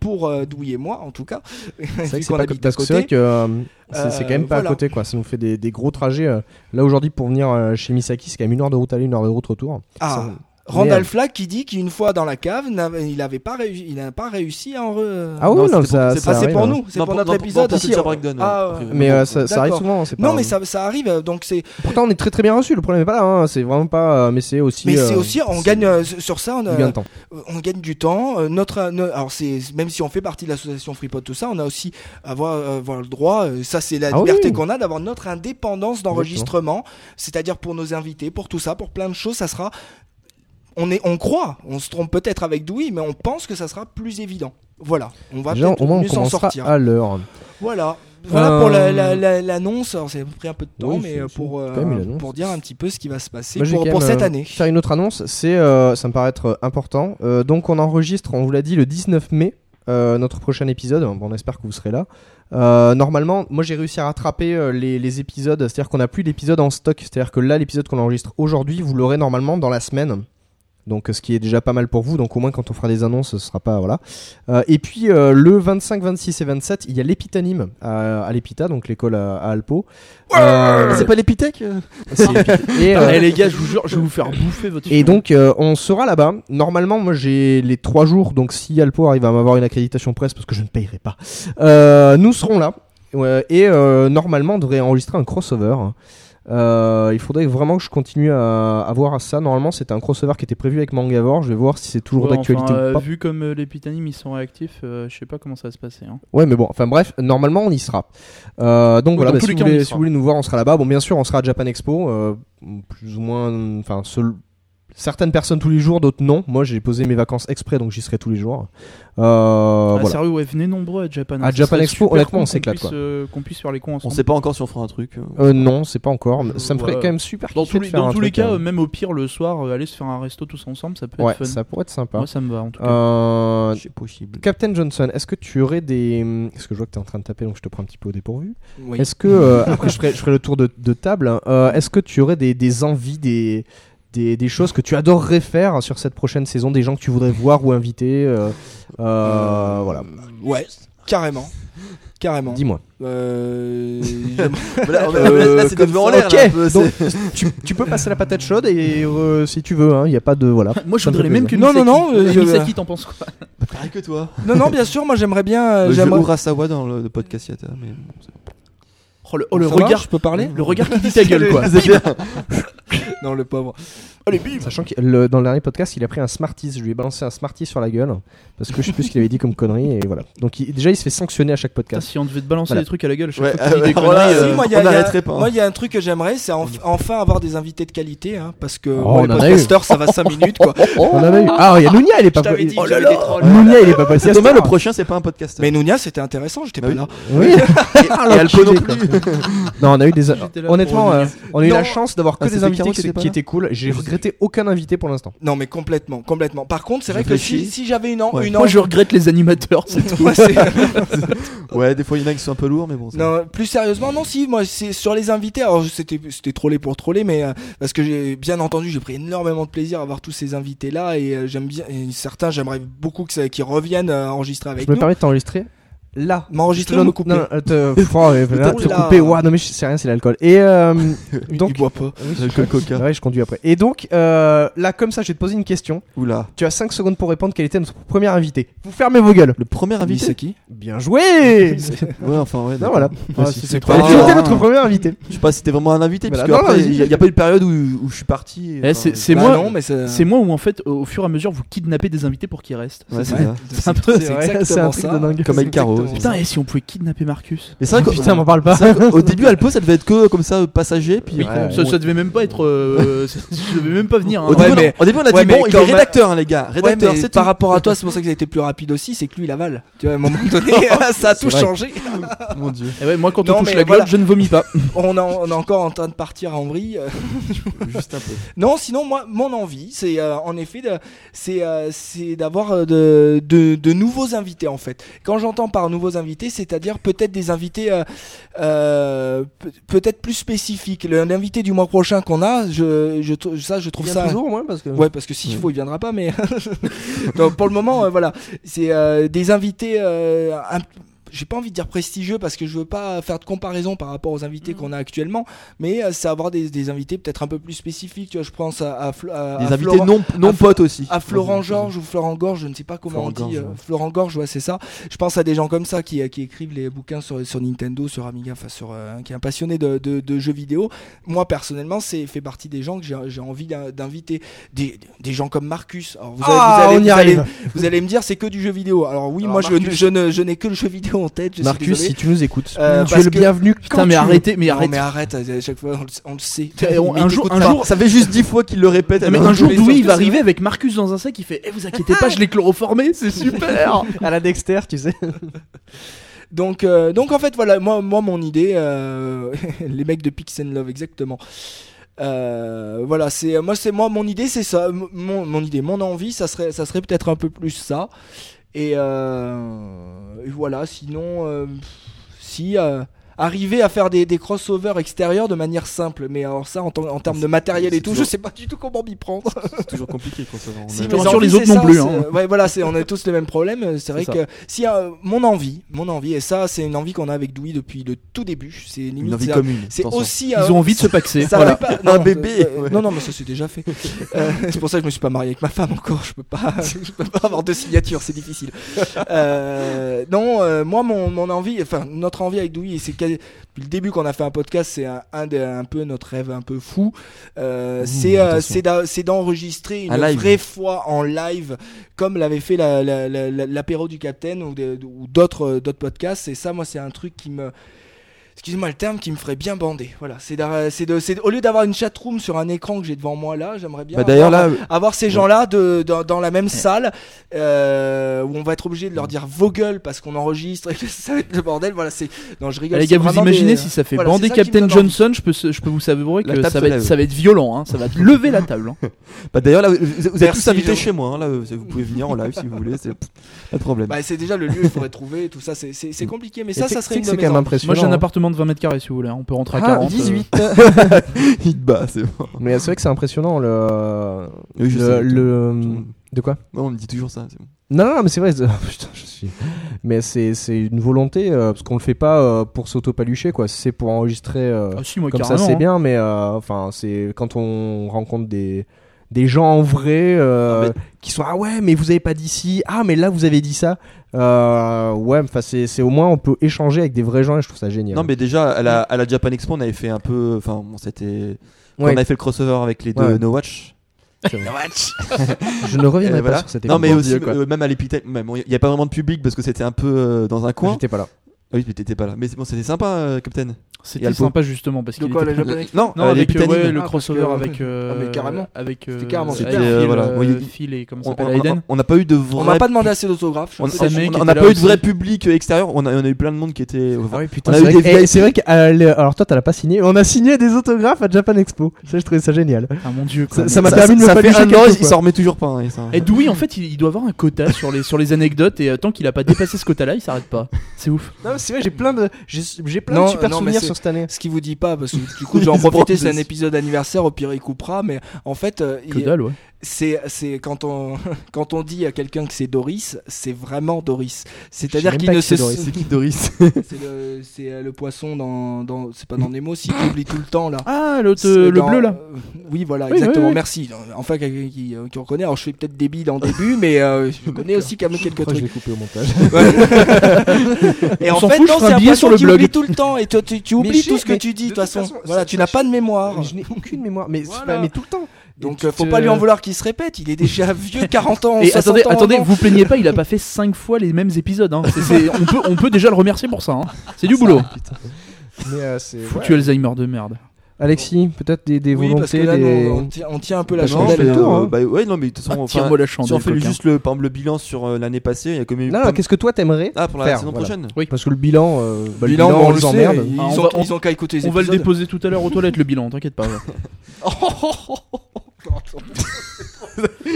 Pour euh, Douy et moi, en tout cas. C'est vrai que Vu c'est qu'on pas habite parce à que c'est côté. vrai que euh, c'est c'est quand même Euh, pas voilà. à côté quoi. Ça nous fait des, des gros trajets. euh. Là aujourd'hui pour venir euh, chez Misaki, c'est quand même une heure de route aller, une heure de route retour. Ah, Ça- Randall Merde. Flack qui dit qu'une fois dans la cave, n'avait- il n'avait pas, réu- il n'a pas réussi à en re... Ah oui, Non, non, c'était ça, pour- c'est ça pas- c'est arrive, pour hein. nous, c'est Non, pour non, notre non, épisode. pour Teacher Breakdown, ouais, Ah, a priori. Mais euh, ça, ça D'accord. arrive souvent. hein, c'est Non, pas- mais ça, ça arrive, euh, donc c'est. Pourtant on est très très bien reçu. Le problème est pas là. hein. C'est vraiment pas. euh, mais c'est aussi. Mais euh, c'est aussi, on c'est gagne euh, sur ça, on, du euh, gain de temps. on gagne du temps. euh, Notre, euh, no- alors c'est même si on fait partie de l'association Freepod tout ça, on a aussi avoir, euh, avoir le droit. euh, Ça c'est la Ah oui, liberté oui. qu'on a d'avoir notre indépendance d'enregistrement, c'est-à-dire pour nos invités, pour tout ça, pour plein de choses, ça sera. On est, on croit, on se trompe peut-être avec Douy, mais on pense que ça sera plus évident. Voilà, on va Déjà, peut-être au moins on mieux s'en commencera sortir. à l'heure. Voilà. Voilà Euh, pour la- la- la- l'annonce. Alors, ça a pris un peu de temps, Oui, mais c'est- euh, c'est pour, euh, quand même une annonce. pour dire un petit peu ce qui va se passer Moi, je vais pour, quand pour même, cette euh, année. Faire une autre annonce, c'est, euh, ça me paraît être important. Euh, donc on enregistre, on vous l'a dit, le 19 mai, euh, notre prochain épisode. Bon, on espère que vous serez là. Euh, normalement, moi j'ai réussi à rattraper euh, les, les épisodes, c'est-à-dire qu'on n'a plus d'épisodes en stock. C'est-à-dire que là, l'épisode qu'on enregistre aujourd'hui, vous l'aurez normalement dans la semaine. Donc euh, ce qui est déjà pas mal pour vous, donc au moins quand on fera des annonces, ce sera pas... Voilà. Euh, et puis euh, le 25, 26 et 27, il y a l'épitanyme à, à l'épita, donc l'école à, à Alpo. Euh, C'est pas l'épithèque euh c'est- et, euh, Eh, les gars, je vous jure, je vais vous faire bouffer votre. et donc, euh, on sera là-bas. Normalement, moi, j'ai les trois jours. Donc, si Alpo arrive à m'avoir une accréditation presse, parce que je ne payerai pas, euh, nous serons là. Ouais, et euh, normalement, on devrait enregistrer un crossover. Euh, il faudrait vraiment que je continue à, à voir ça. Normalement, c'était un crossover qui était prévu avec Mangavor. Je vais voir si c'est toujours Ouais, d'actualité enfin, euh, ou pas. vu comme euh, les Pitanimes, ils sont réactifs, euh, je sais pas comment ça va se passer. hein. Ouais, mais bon, enfin bref, normalement on y sera. Euh, donc Oui, voilà, dans bah, tous si, les vous cas, on y voulez, sera. si vous voulez nous voir, on sera là-bas. Bon, bien sûr, on sera à Japan Expo, euh, plus ou moins, enfin, seul- certaines personnes tous les jours, d'autres non. Moi, j'ai posé mes vacances exprès, donc j'y serai tous les jours. Euh, Ah, voilà. Sérieux, ouais, venez nombreux à Japan. hein, À ça Japan serait Expo, super honnêtement, cool on qu'on s'éclate, puisse, quoi. euh, Qu'on puisse faire les cons On ensemble. sait pas encore si on fera un truc. euh. Euh, non, c'est pas encore. mais Ça me ferait Ouais. quand même super Dans kiffer tous de les, faire dans un tous les truc, cas, hein. euh, même au pire, le soir, euh, aller se faire un resto tous ensemble, ça peut ouais, être fun. ça pourrait être sympa. Moi, ça me va en tout cas. Euh, C'est possible. Captain Johnson, est-ce que tu aurais des. Parce que je vois que t'es en train de taper, donc je te prends un petit peu au dépourvu. Oui. Est-ce que, euh, après je ferai, je ferai le tour de, de table, hein, euh, est-ce que tu aurais des, des envies, des, des, des choses que tu adorerais faire sur cette prochaine saison, des gens que tu voudrais voir ou inviter euh, euh, Voilà, Ouais, carrément. Carrément. dis-moi. Euh, j'aime- Là, on- là, là, c'est comme devenu en ça, Euh, l'air. ok. là, un peu, Donc, c'est- tu, tu peux passer la patate chaude et euh, si tu veux, il n'y a pas de. Voilà. Moi, je Ça me voudrais fait même que plaisir. Non, non, non, Misaki- euh, Misaki, t'en penses quoi Pareil que toi. non, non, bien sûr, moi j'aimerais bien. euh, Euh, Je j'aimerais... ouvre Asawa dans le le podcast Yata. Mais bon, c'est- Oh, le, oh, le Ça va, regard, je peux parler le regard qui dit ta gueule, quoi. C'est bien. Non, le pauvre. Allez, bim Sachant que le- dans le dernier podcast, il a pris un Smarties, je lui ai balancé un Smarties sur la gueule parce que je sais plus ce qu'il avait dit comme connerie et voilà. Donc il- déjà, il se fait sanctionner à chaque Putain, podcast. si on devait te balancer Voilà. des trucs à la gueule, je Ouais, fois que tu dis des alors là, conneries, Si, euh, moi, il y a- on il y a- n'arrêterait pas, hein. Mm. Moi, il y a un truc que j'aimerais, c'est enf- enfin avoir des invités de qualité, hein, parce que Oh, moi, on les en a eu. podcasters, ça va 5 minutes, quoi. On en a eu. Ah, il y a Nounia, elle est pas. Je t'avais dit, Oh oh là là là. Nounia, il est pas podcast. C'est dommage, le prochain, c'est pas un podcast. Mais Nounia, c'était intéressant, j'étais pas Bah oui. là. Oui. Et Alpo non plus. Non, on a eu des. J'étais là Honnêtement, pour euh, on a eu Non. la chance d'avoir que Ah, des c'était invités Caro qui, qui était pas qui là étaient cool. J'ai regretté aucun invité pour l'instant. Non, mais complètement, complètement. Par contre, c'est Je vrai que si, réfléchis. si j'avais une, an- Ouais. une Moi, envie- je regrette les animateurs, c'est tout. Ouais, c'est- Ouais, des fois, il y en a qui sont un peu lourds, mais bon. ça- Non, plus sérieusement, non, si, moi, c'est sur les invités. Alors, c'était, c'était trollé pour troller, mais euh, parce que j'ai bien entendu, j'ai pris énormément de plaisir à voir tous ces invités-là et euh, j'aime bien, et certains, j'aimerais beaucoup que ça- qu'ils reviennent euh, enregistrer avec Je me nous. permets de t'enregistrer là. M'enregistrer ou me couper Non, euh, te, pff, oh, ouais, voilà, te Oula. couper. Ouah, non, mais je sais rien, c'est l'alcool. Et euh, donc. Il boit pas. L'alcool coca. Ouais, je conduis après. Et donc, euh, là, comme ça, je vais te poser une question. Oula. Tu as 5 secondes pour répondre quel était notre premier invité. Vous fermez vos gueules. Le premier invité. Misaki. Bien joué Ouais, enfin, ouais. Non, d'accord. voilà. Ah, Merci. si, Quel c'est était pas- notre premier invité Je sais pas si c'était vraiment un invité, Voilà, parce non, non, qu'après, vas-y. il y a- il y a pas eu de période où, où je suis parti. Eh, enfin, c'est- je- c'est Bah moi, Non, mais c'est. C'est moi où en fait, au au fur et à mesure, vous kidnappez des invités pour qu'ils restent. Ouais, c'est Ouais. ça. C'est- c'est vrai, c'est un exactement truc ça. de dingue. Comme avec Caro. c'est- Putain, et si on pouvait kidnapper Marcus Mais c'est vrai qu'au Oh, Putain, m'en parle pas. c'est vrai qu'au début, Alpo, ça devait être que comme ça, passager. Puis Oui. euh, Ça- ça devait même pas être. euh, ça devait même pas venir. hein. au, Ouais, début, mais- on, au début, on a ouais, dit mais bon, il est quand même- rédacteur, hein, les gars. Ouais, Rédacteur, mais c'est par tout. rapport à toi, c'est pour ça que ça a été plus rapide aussi, c'est que lui il avale. Tu vois, à un moment donné, ça a tout vrai. changé. Mon dieu. moi, quand on Non, touche on mais touche la la globe, voilà. globe, je ne vomis pas. On, en- on est encore en train de partir en vrille. Euh, Juste un peu. Non, sinon, moi, mon envie, c'est euh, en effet de- c'est euh, c'est d'avoir euh, de, de, de nouveaux invités, en fait. Quand j'entends par nouveaux invités, c'est-à-dire peut-être des invités euh, euh, pe- peut-être plus spécifiques. Le- L'invité du mois prochain qu'on a, je, je, trou- ça, je trouve Il y a ça... toujours au moins parce que. Ouais, parce que s'il faut, il viendra pas, mais. Donc, pour le moment, euh, voilà. C'est euh, des invités. euh, un- J'ai pas envie de dire prestigieux parce que je veux pas faire de comparaison par rapport aux invités qu'on a actuellement, mais euh, c'est avoir des, des invités peut-être un peu plus spécifiques. Tu vois, je pense à, à, Flo- à- Des à invités Ah, Florent- non, non potes aussi. à Ah, Florent Georges ou Florent Gorge, je ne sais pas comment on Florent Gorge, dit. euh, ouais. Florent Gorge, ouais, c'est ça. Je pense à des gens comme ça qui, euh, qui écrivent les bouquins sur, sur Nintendo, sur Amiga, enfin sur euh, qui est un passionné de, de- de jeux vidéo. Moi personnellement, c'est fait partie des gens que j'ai j'ai envie d'in- d'inviter, des, des gens comme Marcus. Alors, vous, Ah, on y vous arrive. vous allez me dire, c'est que du jeu vidéo. Alors oui, Alors, moi je, Marcus- je ne je n'ai que le jeu vidéo en tête. Je suis Marcus, désolé. si tu nous écoutes, Euh, tu es parce le que- bienvenu. Putain, mais arrêtez, mais Non, arrête. mais arrête, à chaque fois on le, on le sait. Et on- Mais un jour- t'écoutes un pas. jour- Ça fait juste dix fois qu'il le répète. mais alors un je jour, l'ai Louis, sorti, il va c'est arriver avec Marcus dans un sac. Il fait Eh, vous inquiétez pas, je l'ai chloroformé, c'est super À la Dexter, tu sais. Donc, euh, donc en fait, voilà, moi, moi mon idée, euh, les mecs de Pix and Love, exactement. Euh, voilà, c'est moi, c'est moi, mon idée, c'est ça, M- mon, mon idée, mon envie, ça serait, ça serait peut-être un peu plus ça. Et, euh, et voilà, sinon, euh, si euh, arriver à faire des, des crossovers extérieurs de manière simple, mais alors ça, en, ter- en termes de matériel et c'est tout, toujours- je sais pas du tout comment m'y prendre. toujours compliqué quand ça va. Si Je te mes rassure, envies, les autres c'est non ça, plus, c'est- hein. Ouais, voilà, c'est on a tous le même problème. euh, C'est vrai C'est que si euh, mon envie, mon envie, et ça, c'est une envie qu'on a avec Doui depuis le tout début. C'est limite, Une envie c'est- commune. C'est attention. aussi. euh, Ils ont envie de se paxer. ça Voilà. fait pas- Un non, bébé. euh, Ah, Ouais. Non, non, mais ça c'est déjà fait. Euh, c'est pour ça que je me suis pas marié avec ma femme encore. Je peux pas, je peux pas avoir deux signatures, c'est difficile. Euh, non, euh, moi mon, mon envie, enfin notre envie avec Doui, c'est quasi- depuis le début qu'on a fait un podcast, c'est un, un, des- un peu notre rêve un peu fou. Euh, c'est euh, attention. c'est d'a- c'est d'enregistrer une Un live. vraie fois en live, comme l'avait fait la- la- la- la- l'apéro du Capitaine ou des- ou d'autres euh, d'autres podcasts. Et ça, moi, c'est un truc qui me Excusez-moi le terme qui me ferait bien bander. Voilà, c'est d'a- c'est de, c'est- au lieu d'avoir une chatroom sur un écran que j'ai devant moi là, j'aimerais bien Bah, D'ailleurs, avoir, là, avoir ces gens-là de, dans, dans la même salle euh, où on va être obligé de leur dire vos gueules parce qu'on enregistre et que ça va être le bordel. Voilà, c'est non, je rigole. les c'est gars, vous vraiment imaginez des- si ça fait voilà, bander c'est ça qui me Captain donne Johnson, je peux, se- je peux vous savourer La que table ça se va, être, lève. ça va être violent, hein, ça va te lever la table. hein. Bah d'ailleurs, là, vous- vous vous êtes Merci, tous invités Jean. chez moi. hein, là, vous vous pouvez venir en live si vous voulez, c'est pff, pas de problème. Bah, c'est déjà le lieu, il faudrait trouver tout ça. C'est- C'est c'est compliqué, mais Et ça, tu sais ça que serait une de C'est mes quand même envies. impressionnant. Moi, j'ai un hein. appart de 20 mètres carrés si vous voulez, hein, on peut rentrer à Ah, 40. euh. 18. Il te bat, c'est bon. Mais c'est vrai que c'est impressionnant le. Oui, je le- sais. le- De quoi Non, on me dit toujours ça. c'est bon. Non, non, non, mais c'est vrai. c'est- oh, Putain, je suis. Mais c'est c'est une volonté euh, parce qu'on le fait pas euh, pour s'auto-palucher quoi. C'est pour enregistrer. euh, Ah, si, moi, comme ça carrément, c'est hein. bien, mais euh, enfin c'est quand on rencontre des des gens en vrai euh, qui sont ah ouais mais vous avez pas dit ci ah mais là vous avez dit ça Euh, ouais enfin c'est c'est au moins on peut échanger avec des vrais gens et je trouve ça génial. Non, mais déjà, à la, à la Japan Expo, on avait fait un peu. Enfin, bon, c'était. quand Ouais. On avait fait le crossover avec les deux Ouais. No Watch. je ne Et reviendrai pas voilà. sur cette Non, mais expérience. aussi, Quoi. euh, même à l'épithète, même, il n'y a pas vraiment de public parce que c'était un peu euh, dans un coin. J'étais pas là. Ah oui, mais t'étais pas là. Mais c'est- bon, c'était sympa, euh, Captain. Et C'était Alpo. sympa justement parce De qu'il quoi, était la Japan Expo Non, Non, euh, avec euh, l'épithète, ouais, il- le Ah, crossover parce que- avec. euh, Ah, mais carrément. Avec. euh, C'était carrément avec super. Phil, Voilà. euh, Moi, il- Phil et comment on- ça s'appelle on- Aiden. On n'a pas eu de On vrai. m'a pas demandé assez d'autographes. je on- suis un peu Samé qui on- était on n'a là pas eu de aussi. vrai public euh, extérieur. On a on a eu plein de monde qui était. putain, on a c'est eu vrai, des que- vieilles- eh, c'est vrai que, euh, le- alors toi t'as l'as pas signé, on a signé des autographes à Japan Expo. Ça je trouvais ça génial. Ah mon dieu. Ça- quoi. ça m'a permis de me ça fait palucher un an, quelques il fois. s'en remet toujours pas. hein, et ça- Et Dewey, en fait, il, il doit avoir un quota sur les, sur les anecdotes et euh, tant qu'il a pas dépassé ce quota-là, il s'arrête pas. C'est ouf. Non, mais c'est vrai, j'ai plein de, j'ai j'ai plein Non, de super non, mais souvenirs c'est- sur cette année. Ce qui vous dit pas, parce que du coup, Ils j'en se profiter, branlent c'est un dessus. épisode anniversaire, au pire, il coupera, mais en fait, euh, Que il- dalle, ouais. c'est c'est quand on, quand on dit à quelqu'un que c'est Doris, c'est vraiment Doris. Je sais C'est-à-dire même qu'il pas ne qui c'est se. Doris. C'est qui Doris C'est le, c'est, euh, le poisson dans. dans c'est pas dans Nemo, si tu oublies tout le temps, là. Ah, l'autre, C'est euh, le dans- bleu là. euh, Oui, voilà, Oui, exactement. oui, oui. Merci. Enfin, quelqu'un qui, euh, qui reconnaît. Alors, je fais peut-être débile en début, mais euh, je connais aussi quand même quelques Après, je trucs. l'ai coupé au montage. Et On en s'en fait, fout, je non, ferai c'est un un billet poisson sur le qui blog. oublie tout le temps. Et toi, tu, tu oublies je tout sais, ce que mais tu dis, de de toute toute façon. façon, Voilà, ça- tu n'as pas de mémoire. Mais je n'ai aucune mémoire. Mais c'est Voilà. pas- mais tout le temps. Donc tu euh, faut te- pas lui en vouloir qu'il se répète, il est déjà vieux, 40 ans, Et 60 attendez, ans attendez, avant. vous plaignez pas, il a pas fait 5 fois les mêmes épisodes. hein. C'est- c'est- on, peut, on peut déjà le remercier pour ça. hein. C'est du boulot. Mais, euh, c'est- Foutu ouais. Alzheimer de merde. Alexis, peut-être des, des Oui, parce que volontés, là, des... nous, on, tient, on tient un peu la Bah, Non, on chandelle. fait mais, le tour, euh, hein. bah, ouais, non, mais de toute façon, Ah, enfin, Tire-moi la si on chandelle. fait le- coquin. juste le, par exemple, le bilan sur euh, l'année passée, il y a combien Non, non, qu'est-ce que toi t'aimerais Ah, pour la faire, saison voilà. prochaine Parce que le bilan, euh, bah, le Bilan, bilan, bon, on le les sait, emmerde. Ils, Ah, on ont, va- ils ont qu'à écouter les On va le épisodes. déposer tout à l'heure aux toilettes, le bilan, t'inquiète pas. Ah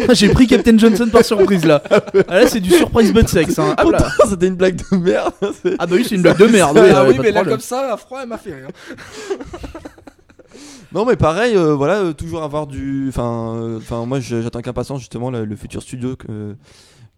Ah, J'ai pris Captain Johnson par surprise là. Ah, là, c'est du surprise but sex. hein. Hop là. Ah, C'était une blague de merde c'est- Ah bah oui, c'est une blague de merde. Ah oui, oui, ouais, pas mais de là problème. comme ça, à froid, elle m'a fait rire. Non, mais pareil, euh, voilà, euh, toujours avoir du. Enfin, euh, enfin moi, je- j'attends avec impatience justement le, le futur studio que,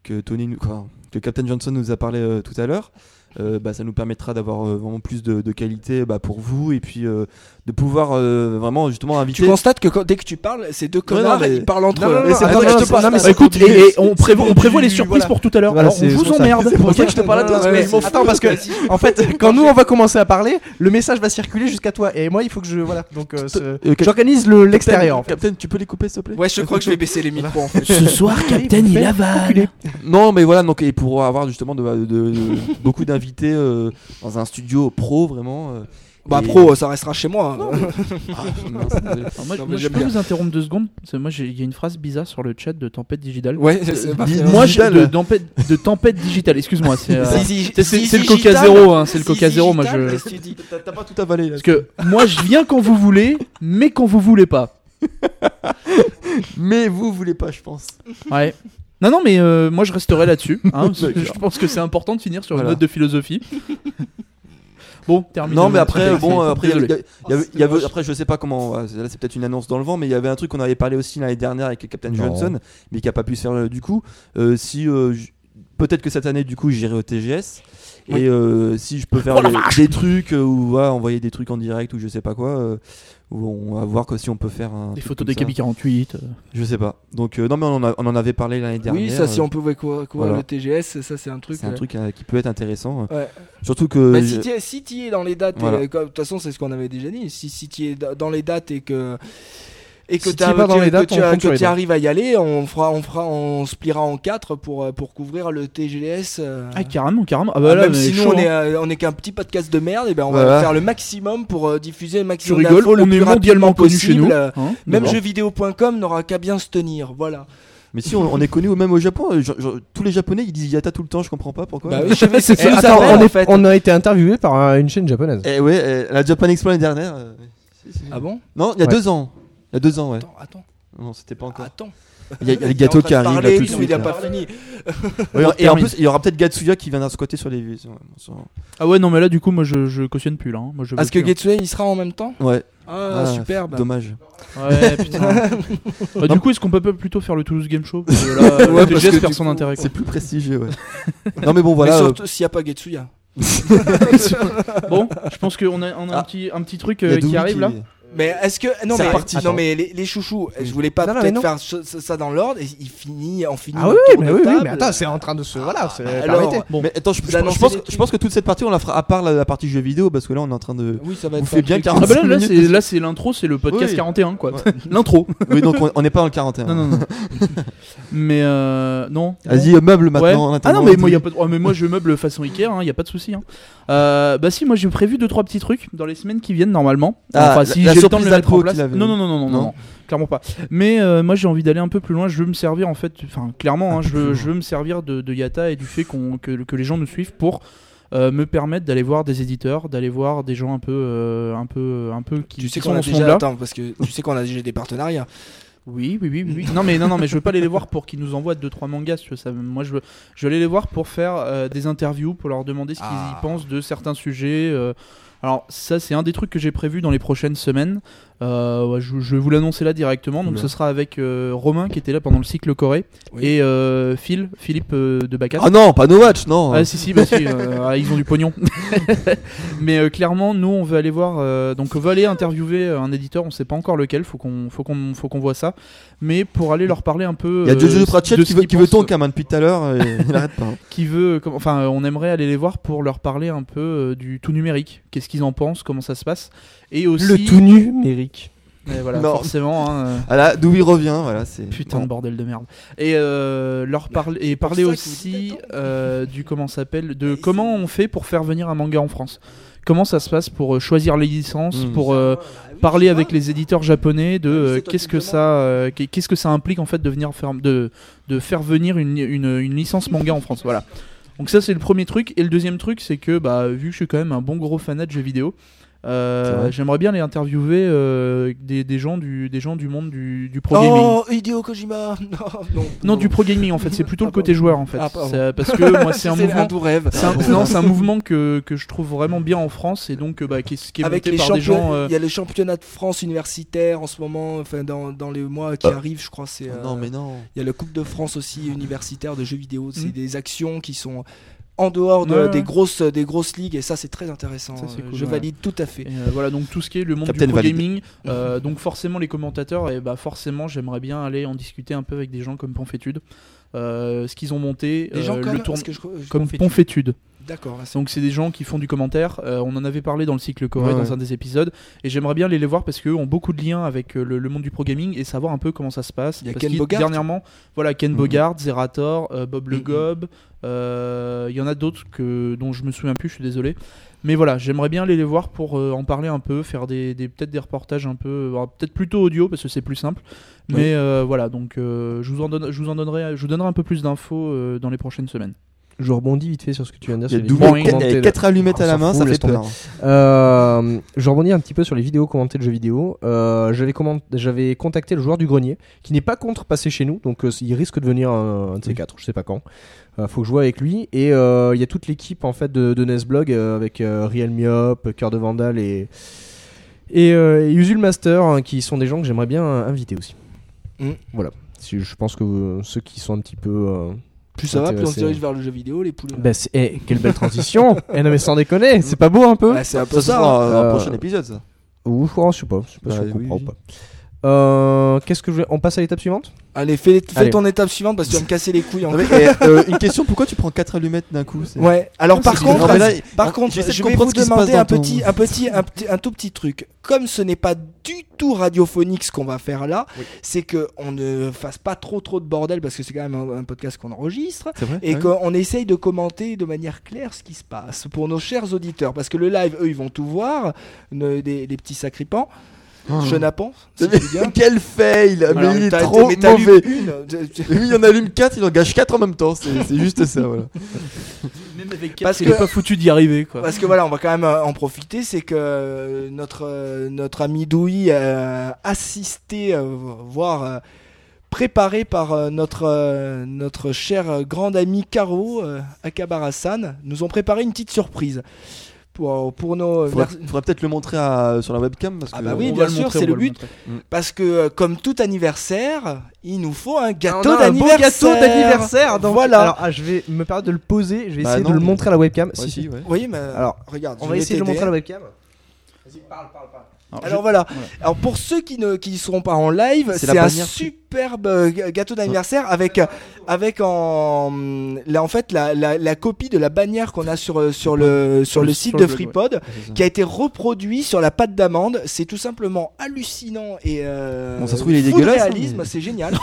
que Tony, nous- quoi, que Captain Johnson nous a parlé euh, tout à l'heure. Euh, bah, ça nous permettra d'avoir euh, vraiment plus de, de qualité bah, pour vous et puis euh, de pouvoir euh, vraiment justement inviter. Tu constates que quand- dès que tu parles, ces deux connards, mais- ils parlent entre Non, eux. non, non, Et c'est attends, pour ça que non, je te c'est- parle. non, mais Bah, écoute, et, et on prévoit, on prévoit les du- surprises voilà. pour tout à l'heure. Voilà, Alors on c'est- c'est vous pour ça. emmerde. C'est pour Ok, ça que je te parlais de toi, parce que Ouais, je m'en c'est- fous. Attends, parce que en fait, quand nous on va commencer à parler, le message va circuler jusqu'à toi et moi il faut que je voilà. Donc euh, ce- Euh, Cap- j'organise le- l'extérieur. en fait. Captain, tu peux les couper s'il te plaît Ouais, je crois que je vais baisser les micros en fait. Ce soir, Captain, Vous il faites avale. Non, mais voilà, donc et pour avoir justement de, de- de- beaucoup d'invités euh, dans un studio pro vraiment. euh, Bah, et- pro, ça restera chez moi. Ah, mince, désolé. Alors, moi, Non, mais moi, je j'aime peux bien. vous interrompre deux secondes. Parce que Moi, j'ai- il y a une phrase bizarre sur le chat de Tempête Digitale. Euh, Ouais, c'est parfait. Dis- Moi, j'ai- Digital. de, tempête, de Tempête Digitale, excuse-moi. C'est euh, Zizi- c'est- c'est- c'est le Zizi Coca Gital. Zéro. hein, C'est le Zizi Coca Zéro. Moi, Gital, je. qu'est-ce que tu dis T'as t'as pas tout avalé là. Parce que moi, je viens quand vous voulez, mais quand vous voulez pas. Mais vous voulez pas, je pense. Ouais. Non, non, mais euh, moi, je resterai là-dessus. hein, parce que D'accord. je pense que c'est important de finir sur Voilà. une note de philosophie. Bon, terminé. Non, mais après, bon, euh, après, il y Désolé. avait- il y avait- il y Ah, dommage. avait- après, je sais pas comment. voilà, c'est- Là, c'est peut-être une annonce dans le vent, mais il y avait un truc qu'on avait parlé aussi l'année dernière avec Captain Non. Johnson, mais qui a pas pu se faire euh, du coup. Euh, si euh, j- peut-être que cette année, du coup, j'irai au TGS. Oui. Et euh, si je peux faire Oh la des- vache des trucs euh, ou voilà, envoyer des trucs en direct ou je sais pas quoi, euh, où on va voir que si on peut faire un Des truc photos comme des ça. KB48. euh. Je sais pas. Donc euh, non, mais on en, a- on en avait parlé l'année dernière. Oui, ça, si euh, on pouvait couvrir couvrir voilà. le TGS, ça, c'est un truc. c'est un euh, truc euh, qui peut être intéressant. Ouais. Surtout que Bah, je- si t'y es, si t'y es dans les dates, et, Euh, Voilà. euh, comme- de toute façon, c'est ce qu'on avait déjà dit. Si, si t'y es da- dans les dates et que. Et que, Si t'as- t'y es pas dans que- les que dates, tu on as- compte sur que les tu dates. arrives à y aller, on fera, on fera, on se pliera en quatre pour, euh, pour couvrir le TGS. euh, Ah, carrément, carrément. Ah, bah là, même mais si nous chaud, on hein. est, euh, on est qu'un petit podcast de merde, et ben on Voilà. va faire le maximum pour euh, diffuser le Tu maximum rigoles, d'infos le on est plus mondialement rapidement connu chez nous. possible, euh, hein. Même D'accord. jeuxvideo.com n'aura qu'à bien se tenir, voilà. Mais si on, on est connu au- même au Japon, euh, genre- genre, tous les Japonais ils disent Yata tout le temps, je comprends pas pourquoi. Bah oui, je sais pas si Eh, ça nous attends, appelle, on, en est- fait. on a été interviewé par euh, une chaîne japonaise. Eh ouais, euh, la Japan Expo l'année dernière. euh, si, si. Ah bon Non, il y a Ouais. deux ans. Il y a deux ans, ouais. Attends, attends, Non, c'était pas encore. attends. Ah, Il y, a- il y a les Il est en gâteaux train qui de arrivent là, parler, tout de il suite. a là. pas fini. Ouais, et en Termine. plus, il y aura peut-être Gatsuya qui viendra se côté sur les. sur- sur- Ah ouais, non, mais là, du coup, moi, je, je cautionne plus, là. hein. Moi, je veux Parce que plus, Gateway il sera en même temps Ouais, Ah, Ah, super. bah. dommage. hein. Ouais, putain. Bah, du coup, est-ce qu'on peut pas plutôt faire le Toulouse Game Show Parce que là, Ouais, le parce TGS que perd du son coup, intérêt. quoi. C'est plus prestigieux, ouais. non, mais bon, Mais euh, voilà. surtout s'il n'y a pas Getsuya. Bon, je pense qu'on a, on a un, Ah. petit, un petit truc euh, il y euh, a qui Doumi arrive là. Mais est-ce que non C'est mais parti. non mais les, les chouchous, je voulais pas Non, non, mais peut-être non. faire ce- ce- ça dans l'ordre et il finit on finit Ah le oui, tour mais de oui, oui, table. mais attends, c'est en train de se. Voilà, c'est. alors- permettez. Bon. Mais attends, je, je- Vous je annoncez pense, des je pense que toute cette partie on la fera à part la, la partie jeu vidéo parce que là on est en train de. Ah Oui, ça va Vous être faites bien un truc- 40. Ah bah là, là, minutes. c'est- là, c'est l'intro, c'est le podcast Oui. 41 quoi. Ouais. l'intro. Oui, donc on- on n'est pas dans le 41. Non, non, non. mais euh, non. Vas-y, euh, meuble Ouais. maintenant. en Ah non attendant, mais moi, vas-y. y a pas de- oh, mais moi je meuble façon Ikea, hein, y a pas de souci. hein. Euh, bah si moi j'ai prévu deux trois petits trucs dans les semaines qui viennent normalement. Ah, enfin la- si la j'ai le temps de surprise le mettre en d'Alpo place. qu'il avait. Non non non non non, non, Non. non, clairement pas. Mais euh, moi j'ai envie d'aller un peu plus loin. Je veux me servir en fait, enfin clairement, hein, je, veux, je veux me servir de, de Yata et du fait qu'on que, que les gens nous suivent pour euh, me permettre d'aller voir des éditeurs, d'aller voir des gens un peu euh, un peu un peu qui, Tu sais qui sont qu'on a dans ce déjà monde-là. attends parce que tu sais qu'on a déjà des partenariats. Oui, oui, oui, oui, oui. non, mais non, non, mais je veux pas aller les voir pour qu'ils nous envoient deux trois mangas. si tu veux, ça, moi, je veux, je veux aller les voir pour faire euh, des interviews, pour leur demander ce qu'ils Ah. y pensent de certains sujets. euh. Alors ça, c'est un des trucs que j'ai prévu dans les prochaines semaines. Euh, ouais, je, je vais vous l'annoncer là directement. Donc Oula. ce sera avec euh, Romain qui était là pendant le cycle Corée Oui. et euh, Phil, Philippe euh, de Bacas. Ah non, pas Novatch, non. Ah si si bah si euh, ah, ils ont du pognon. Mais euh, clairement nous on veut aller voir euh, donc on veut aller interviewer euh, un éditeur, on sait pas encore lequel, faut qu'on faut qu'on faut qu'on voit ça mais pour aller leur parler un peu Il y a euh, Jojo Pratchett de qui ce veut, qu'ils qui veut pensent, ton Kaman depuis tout à l'heure et il arrête pas. hein. qui veut comme- enfin euh, on aimerait aller les voir pour leur parler un peu euh, du tout numérique, qu'est-ce qu'ils en pensent, comment ça se passe et aussi Le tout numérique. Mais voilà, Non. forcément. hein, euh, Ah là, d'où il revient, voilà, c'est. Putain de Bon. bordel de merde. Et euh, leur parler et pour parler ça que vous aussi dites Bah, euh, du comment ça s'appelle de comment on fait pour faire venir un manga en France. Comment ça se passe pour euh, choisir les licences, Mm. pour euh, parler avec les éditeurs japonais de euh, qu'est-ce que ça euh, qu'est- qu'est-ce que ça implique en fait de venir faire de de faire venir une, une, une licence manga en France. Voilà. Donc ça c'est le premier truc et le deuxième truc c'est que bah vu que je suis quand même un bon gros fanat de jeux vidéo euh, C'est vrai. J'aimerais bien les interviewer euh, des, des gens du des gens du monde du, du pro gaming. Oh, Hideo Kojima Non, non, Non, du pro gaming en fait, c'est plutôt le côté joueur en fait. Ah, pardon. C'est- parce que moi, c'est un mouvement. doux rêve. c'est un- non, c'est un mouvement que, que je trouve vraiment bien en France et donc euh, bah, qui, est- qui est Avec monté les par des gens. championnats, euh, il y a les championnats de France universitaires en ce moment, enfin dans, dans les mois Bah. qui arrivent, je crois. C'est, Oh euh, Non, mais non. Il y a la Coupe de France Ah. aussi universitaire de jeux vidéo. C'est Mhm. des actions qui sont en dehors de, Ouais, ouais. des, grosses, des grosses ligues et ça, c'est très intéressant. Ça, c'est Euh, cool, je ouais. valide tout à fait. et, euh, voilà, donc tout ce qui est le monde Captain du pro validé. gaming. euh, donc forcément, les commentateurs, et bah forcément, j'aimerais bien aller en discuter un peu avec des gens comme Ponfétude. Euh, ce qu'ils ont monté, Des gens euh, comme, le tourne- parce que je- je- comme Confetti. Ponfétude. D'accord, là, c'est- Donc c'est des gens qui font du commentaire. Euh, on en avait parlé dans le cycle Corée Ouais, dans ouais. un des épisodes. Et j'aimerais bien aller les voir parce qu'eux ont beaucoup de liens avec euh, le, le monde du pro gaming et savoir un peu comment ça se passe. Il y a Parce Ken qu'ils- Bogart. Dernièrement, voilà Ken Mhm. Bogart, Zerator, euh, Bob Le Mhm. Gob. euh, Il y en a d'autres que dont je me souviens plus. Je suis désolé. Mais voilà, j'aimerais bien aller les voir pour euh, en parler un peu, faire des, des- peut-être des reportages un peu, euh, peut-être plutôt audio parce que c'est plus simple. Oui. Mais euh, voilà, donc euh, je vous en donne, je vous en donnerai, je vous donnerai un peu plus d'infos euh, dans les prochaines semaines. Je rebondis vite fait sur ce que tu viens de dire. Il y a sur les double vidéos Boeing. commentées, là. 4 allumettes à On la s'en main, fout, ça laisse fait tomber. peur. Euh, je rebondis un petit peu sur les vidéos commentées de jeux vidéo. Euh, j'avais, comment- j'avais contacté le joueur du grenier, qui n'est pas contre passer chez nous, donc euh, il risque de venir un, un de ces Oui. quatre, je sais pas quand. Euh, faut que je vois avec lui. Et euh, il y a toute l'équipe en fait de, de Nesblog euh, avec euh, Riel Miop, Cœur de Vandal et et, euh, et Usul Master, hein, qui sont des gens que j'aimerais bien euh, inviter aussi. Mm. Voilà. Si- je pense que euh, ceux qui sont un petit peu euh, plus ça va, plus on se intéressés- dirige vers le jeu vidéo, les poulets. Bah, c'est- eh, quelle belle transition! Bah, eh non, mais sans déconner, c'est pas beau un peu? Ouais, Ah, c'est un peu Ça ça. hein. sera euh, un Euh, prochain épisode, ça. Ou oh, je sais pas, je sais pas si on Bah, oui, comprend oui. ou pas. Euh, Qu'est-ce que je vais... On passe à l'étape suivante Allez, fais, fais Allez. ton étape suivante parce que tu vas me casser les couilles. Ah, Non, encore. mais, eh, euh, une question, pourquoi tu prends 4 allumettes d'un coup c'est- Ouais. Alors par c'est bizarre. contre, Non, mais là, par on- contre, j'essaie de je vais comprendre vous ce qui se passe demander dans un ton- petit, un petit, un petit, un tout petit truc. Comme ce n'est pas du tout radiophonique ce qu'on va faire là, Oui. c'est que on ne fasse pas trop trop de bordel parce que c'est quand même un, un podcast qu'on enregistre C'est vrai et Ah oui. qu'on essaye de commenter de manière claire ce qui se passe pour nos chers auditeurs parce que le live eux ils vont tout voir, ne- des, des petits sacripants, chenapans, si tu veux bien. Quel fail Voilà. Ah. Mais il est T'as- trop Ah, mais t'allumes mauvais une. Lui, il en allume 4, il en gâche 4 en même temps, c'est c'est juste ça, voilà. Même avec Parce il est que- pas foutu d'y arriver quoi. Parce que voilà, on va quand même euh, en profiter, c'est que euh, notre, euh, notre ami Douy euh, assisté, euh, voire euh, préparé par euh, notre, euh, notre cher euh, grand ami Caro euh, Akabarasan, nous ont préparé une petite surprise pour, pour nos... euh, Faudrait, faudrait peut-être le montrer à- sur la webcam parce que Ah bah oui, On va bien le sûr, montrer, c'est on va le but. montrer. Parce que euh, comme tout anniversaire, il nous faut un Ah, On gâteau a un beau d'anniversaire. gâteau d'anniversaire donc- Voilà. Alors, ah, je vais me permettre de le poser, je vais Bah essayer non, de le mais- montrer à la webcam. Ouais, Si, si. si, ouais. Oui, mais Alors, regarde, On je va vais essayer de le t'aider. montrer à la webcam. Alors voilà. Voilà. Alors pour ceux qui ne qui seront pas en live, C'est la c'est un bannière. superbe euh, gâteau d'anniversaire avec euh, avec en là en fait la, la, la copie de la bannière qu'on a sur euh, sur le sur le- le sur site le de blog, ouais. FreePod C'est ça. qui a été reproduit sur la pâte d'amande. C'est tout simplement hallucinant et euh, Bon, ça se trouve, il est fou de dégueulasse, hein, réalisme, mais- c'est génial.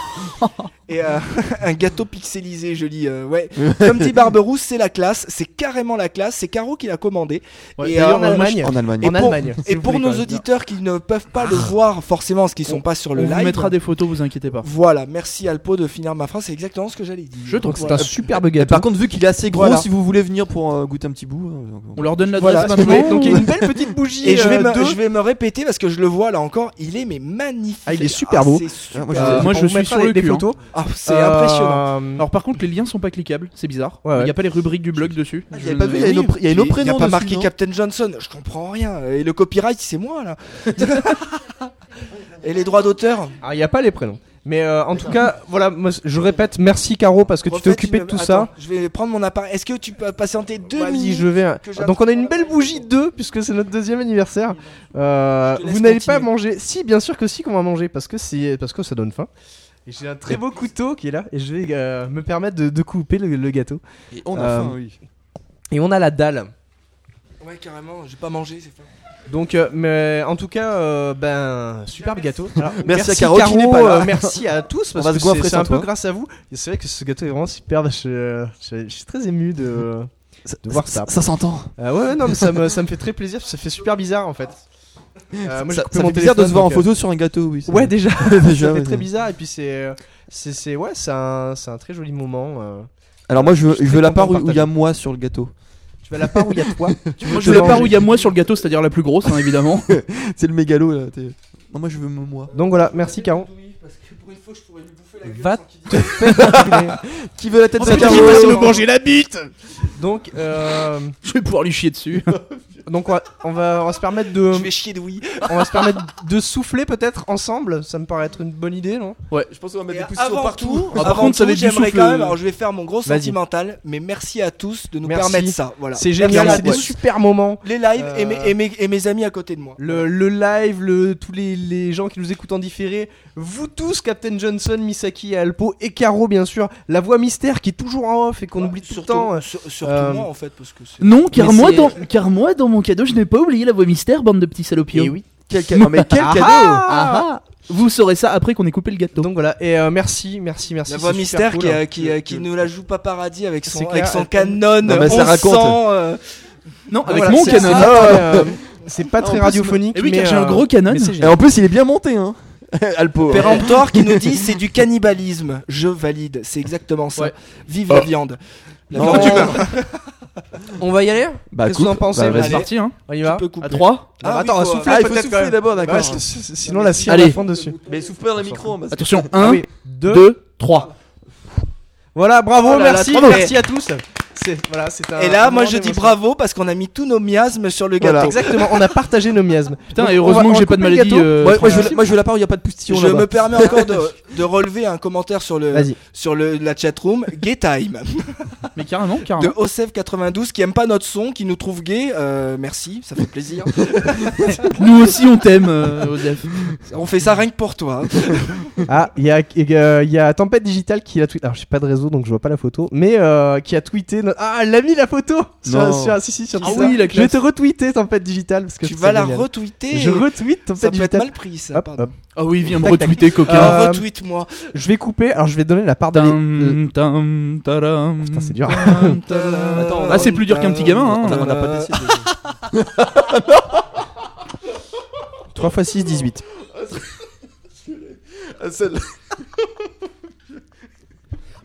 et euh, un gâteau pixelisé, je lis euh, ouais. Comme dit Barberousse, c'est la classe, c'est carrément la classe. C'est Caro qui l'a commandé. Ouais, Et euh, d'ailleurs, en moi, je- Allemagne. En Allemagne. Et euh, En pour- Allemagne. Et s'il vous pour plaît, nos quand même. auditeurs qui ne peuvent pas le voir forcément, parce qu'ils sont pas sur le on vous live. mettra des photos, vous inquiétez pas. Voilà, merci Alpo de finir ma phrase, c'est exactement ce que j'allais dire. Je trouve Donc, c'est Voilà. un superbe Et gâteau. par contre, vu qu'il est assez gros, Voilà. si vous voulez venir pour euh, goûter un petit bout. euh, on- On leur donne l'adresse Voilà. maintenant. Donc, il y a une belle petite bougie. Et je vais, me, je vais me répéter parce que je le vois là encore, il est mais magnifique. Ah, il est super beau. c'est super. Ah, moi, je- Ah, moi, Euh, on je vous suis mettra sur les- le des cul, hein. photos. c'est Euh, impressionnant. Alors par contre, les liens sont pas cliquables, c'est bizarre. Ouais, ouais. Il n'y a pas les rubriques du blog dessus. Ah, Je j'avais pas ne- vu, il y a nos pr- il y a nos Il n'y prénoms a pas dessus, marqué non Captain Johnson, je comprends rien. Et le copyright, c'est moi là. Et les droits d'auteur Alors, il n'y a pas les prénoms. Mais euh, en tout cas, voilà, moi, je répète, merci Caro parce que tu t'es Refaites occupé une- de tout Attends, ça. Je vais prendre mon appareil. Est-ce que tu peux patienter deux Vas-y, minutes je vais. que j'attends Donc on a une belle bougie 2 puisque c'est notre deuxième anniversaire. Euh, Je te laisse vous n'allez continuer. pas manger Si, bien sûr que si qu'on va manger parce que c'est parce que ça donne faim. Et j'ai un très beau couteau qui est là et je vais euh, me permettre de, de couper le, le gâteau. Et on a Euh, faim, oui. Et on a la dalle. Ouais, carrément, j'ai pas mangé, c'est Donc, euh, mais en tout cas, euh, ben superbe gâteau. Alors, Merci à Caro qui n'est pas là. euh, merci à tous va parce que se goinfrer c'est- c'est sans un peu toi. grâce à vous. Et C'est vrai que ce gâteau est vraiment superbe. Je, je- je suis très ému de, de voir ça. Ça s'entend. Euh, ouais, ouais, non, mais ça me, ça me fait très plaisir. parce que Ça fait super bizarre en fait. Euh, moi, j'ai ça coupé ça mon fait bizarre de téléphone, se voir en donc, euh, photo sur un gâteau, oui. ça- Ouais, déjà. déjà. ça fait ouais, très ça- bizarre. Et puis c'est, euh, c'est, c'est ouais, c'est un, c'est un très joli moment. euh. Alors moi, je veux, Je suis je veux la très part où content de où il y a moi sur le gâteau. Tu vas à la part où il y a toi. Tu Moi, veux je te veux la part manger. où il y a moi sur le gâteau, c'est-à-dire la plus grosse, hein, évidemment. C'est le mégalo là. t'es- Non, moi je veux me- moi. Donc voilà, merci Caro. Va Qui veut la tête Oh, de putain, Caro il va se le manger la bite. Donc euh, je vais pouvoir lui chier dessus. donc on va, on va on va se permettre de Je vais chier de oui. on va se permettre de souffler peut-être ensemble. Ça me paraît être une bonne idée, non Je pense qu'on va mettre des Et poussures avant partout. tout, Ah, par avant contre, ça tout, va être du j'aimerais souffle. quand même. Alors, je vais faire mon gros Vas-y. sentimental, mais merci à tous de nous Merci. permettre ça. Voilà. C'est génial, Merci à c'est des tous. super moments. Les lives et, mes, Euh, et, mes, et mes amis à côté de moi. Le, le live, le, tous les, les gens qui nous écoutent en différé, vous tous, Captain Johnson, Misaki et Alpo, et Caro bien sûr, la voix mystère qui est toujours en off et qu'on Ouais, oublie tout le surtout- temps. sur- surtout euh, moi en fait, parce que c'est. Non, car Mais moi, c'est- dans, car moi, dans mon cadeau, je n'ai pas oublié la voix mystère, bande de petits salopions. Eh oui. Quel cadeau. Non, mais quel Ah cadeau Ah ah. Vous saurez ça après qu'on ait coupé le gâteau. Donc voilà, et euh, merci, merci, merci. La c'est voix super mystère cool. hein. qui, euh, qui, euh, Que- qui que- nous la joue pas paradis avec C'est son, clair, avec son elle- canon. Non, mais ça on raconte. sent, euh, non, Ah, avec voilà, mon c'est- canon. c'est pas très, euh, C'est pas Ah, en très plus, radiophonique. Eh oui, mais, car j'ai un euh, gros canon. mais c'est Et génial. en plus, il est bien monté, hein. Alpo. hein. Péremptoire qui nous dit c'est du cannibalisme. Je valide, c'est exactement ça. Ouais. Vive la viande. La Non, viande, tu On va y aller Bah, Qu'est-ce que vous en coupe. pensez Bah, vas-y. vas-y. C'est parti, hein. On y va tu peux couper. À 3. Ah, Ah, attends, oui, un faut- souffler Ah, il faut peut-être quand souffler même. d'abord, d'accord. Parce que s- sinon la scie à Allez. la fond dessus. Mais souffle pas dans les micros en bas. Attention, Ah 1, oui, deux. 2, 3. Voilà, bravo, Oh là là, merci, bravo. merci à tous. C'est- Voilà, c'est un- Et un là, moi moment je dis d'émotion. bravo parce qu'on a mis tous nos miasmes sur le gâteau. Exactement, on a partagé nos miasmes. Putain, Donc, et on va- heureusement on que j'ai va pas de couper le maladie. gâteau. euh, Ouais, moi, je veux la- moi, je veux la part où il n'y a pas de poustillon Je là-bas. me permets encore de, de relever un commentaire sur le Vas-y. sur le, la chatroom Gay Time Mais carrément, de carrément. Osef92 qui aime pas notre son, qui nous trouve gay. Euh, merci, ça fait plaisir. Nous aussi, on t'aime, euh, Osef. On fait ça rien que pour toi. hein. Ah, il y a, euh, il y a Tempête Digital qui a tweeté. Alors, j'ai pas de réseau donc je vois pas la photo, mais euh, qui a tweeté. no- Ah, elle a mis la photo sur, Non. sur, si, si, sur Ah Twitter. oui, la Je vais classe. te retweeter Tempête Digital parce que tu c'est vas la génial. retweeter. Je retweete ça Tempête peut être Digital. mal pris ça. Hop, pardon. hop. Ah oui, viens me Tac, tac. retweeter, coquin. Alors, Euh, retweet-moi. Je vais couper. Alors, je vais donner la part dans les- Tam, tam, hum, taram, Putain, c'est dur. tam, taram. Attends, Ah, c'est plus dur qu'un petit gamin, hein. on n'a pas d'essai. 3 x 6, 18.